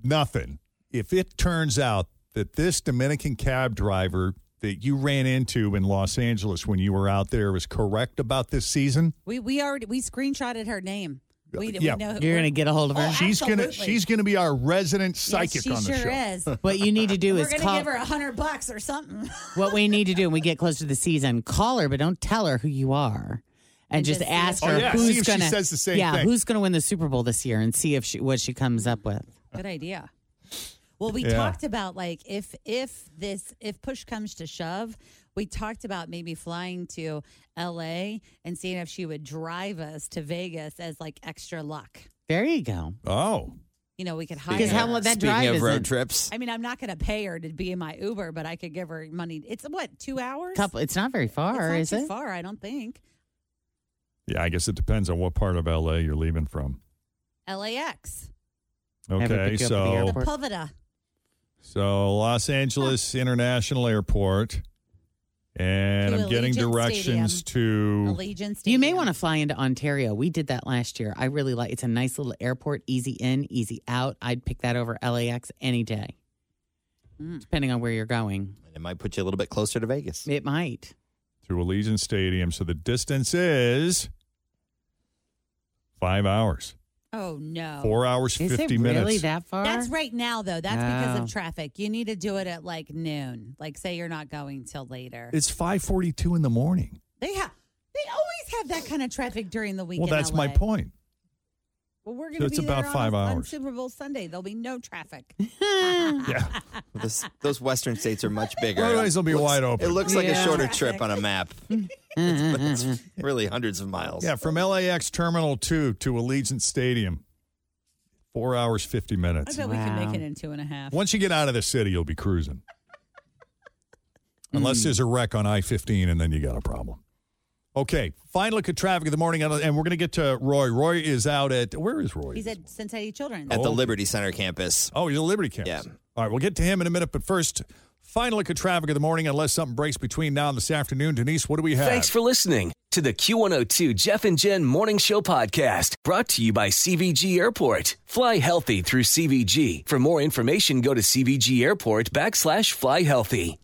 nothing, if it turns out that this Dominican cab driver that you ran into in Los Angeles when you were out there was correct about this season, We we already we screenshotted her name. We, Yeah. we know who- You're gonna get a hold of Oh, her. she's gonna absolutely. she's gonna be our resident Yes, psychic she on the sure show. is. What you need to do We're is gonna call. give her a hundred bucks or something. what we need to do when we get close to the season, call her, but don't tell her who you are. And, just just see ask if- her Oh, yeah, who's see if she gonna says the same yeah, thing. who's gonna win the Super Bowl this year and see if she what she comes up with. Good idea. Well, we Yeah. talked about like if if this if push comes to shove, we talked about maybe flying to L.A. and seeing if she would drive us to Vegas as like extra luck. There you go. Oh. You know, we could hire. Because how her. long that Speaking drive of road isn't- trips. I mean, I'm not going to pay her to be in my Uber, but I could give her money. It's what two hours? Couple it's not very far, it's is not too it? Far, I don't think. Yeah, I guess it depends on what part of LA you're leaving from. LAX, Have her Okay, pick you up at the so the Poveda. So Los Angeles International Airport, and To I'm getting Allegiant directions to. Allegiance. You may want to fly into Ontario. We did that last year. I really like it's a nice little airport, easy in, easy out. I'd pick that over LAX any day. Mm. Depending on where you're going. It might put you a little bit closer to Vegas. It might. to Allegiant Stadium. So the distance is five hours, Oh no, four hours, Is fifty it minutes. really that far? That's right now though. That's because Oh. of traffic. You need to do it at like noon. Like say you're not going till later. It's five forty-two in the morning. They have they always have that kind of traffic during the week. well, in that's LA. my point. Well, we're going So to it's be about there five on, on hours. Super Bowl Sunday. There'll be no traffic. Ah. yeah. This, those western states are much bigger. Otherwise, they'll be Looks- wide open. It looks like Yeah. a shorter trip on a map. it's, but it's really hundreds of miles. Yeah, from LAX Terminal 2 to Allegiant Stadium. Four hours, 50 I minutes. bet we can make it in two and a half. Once you get out of the city, you'll be cruising. Unless there's a wreck on I 15, and then you got a problem. Okay, fine look at traffic in the morning, and we're going to get to Roy. Roy is out at, where is Roy? He's at Cincinnati Children's. At the Liberty Center campus. Oh, he's at Liberty Campus. Yeah. All right, we'll get to him in a minute, but first, fine look at traffic in the morning, unless something breaks between now and this afternoon. Denise, what do we have? Thanks for listening to the Q102 Jeff and Jen Morning Show podcast brought to you by CVG Airport. Fly healthy through CVG. For more information, go to CVG Airport backslash fly healthy.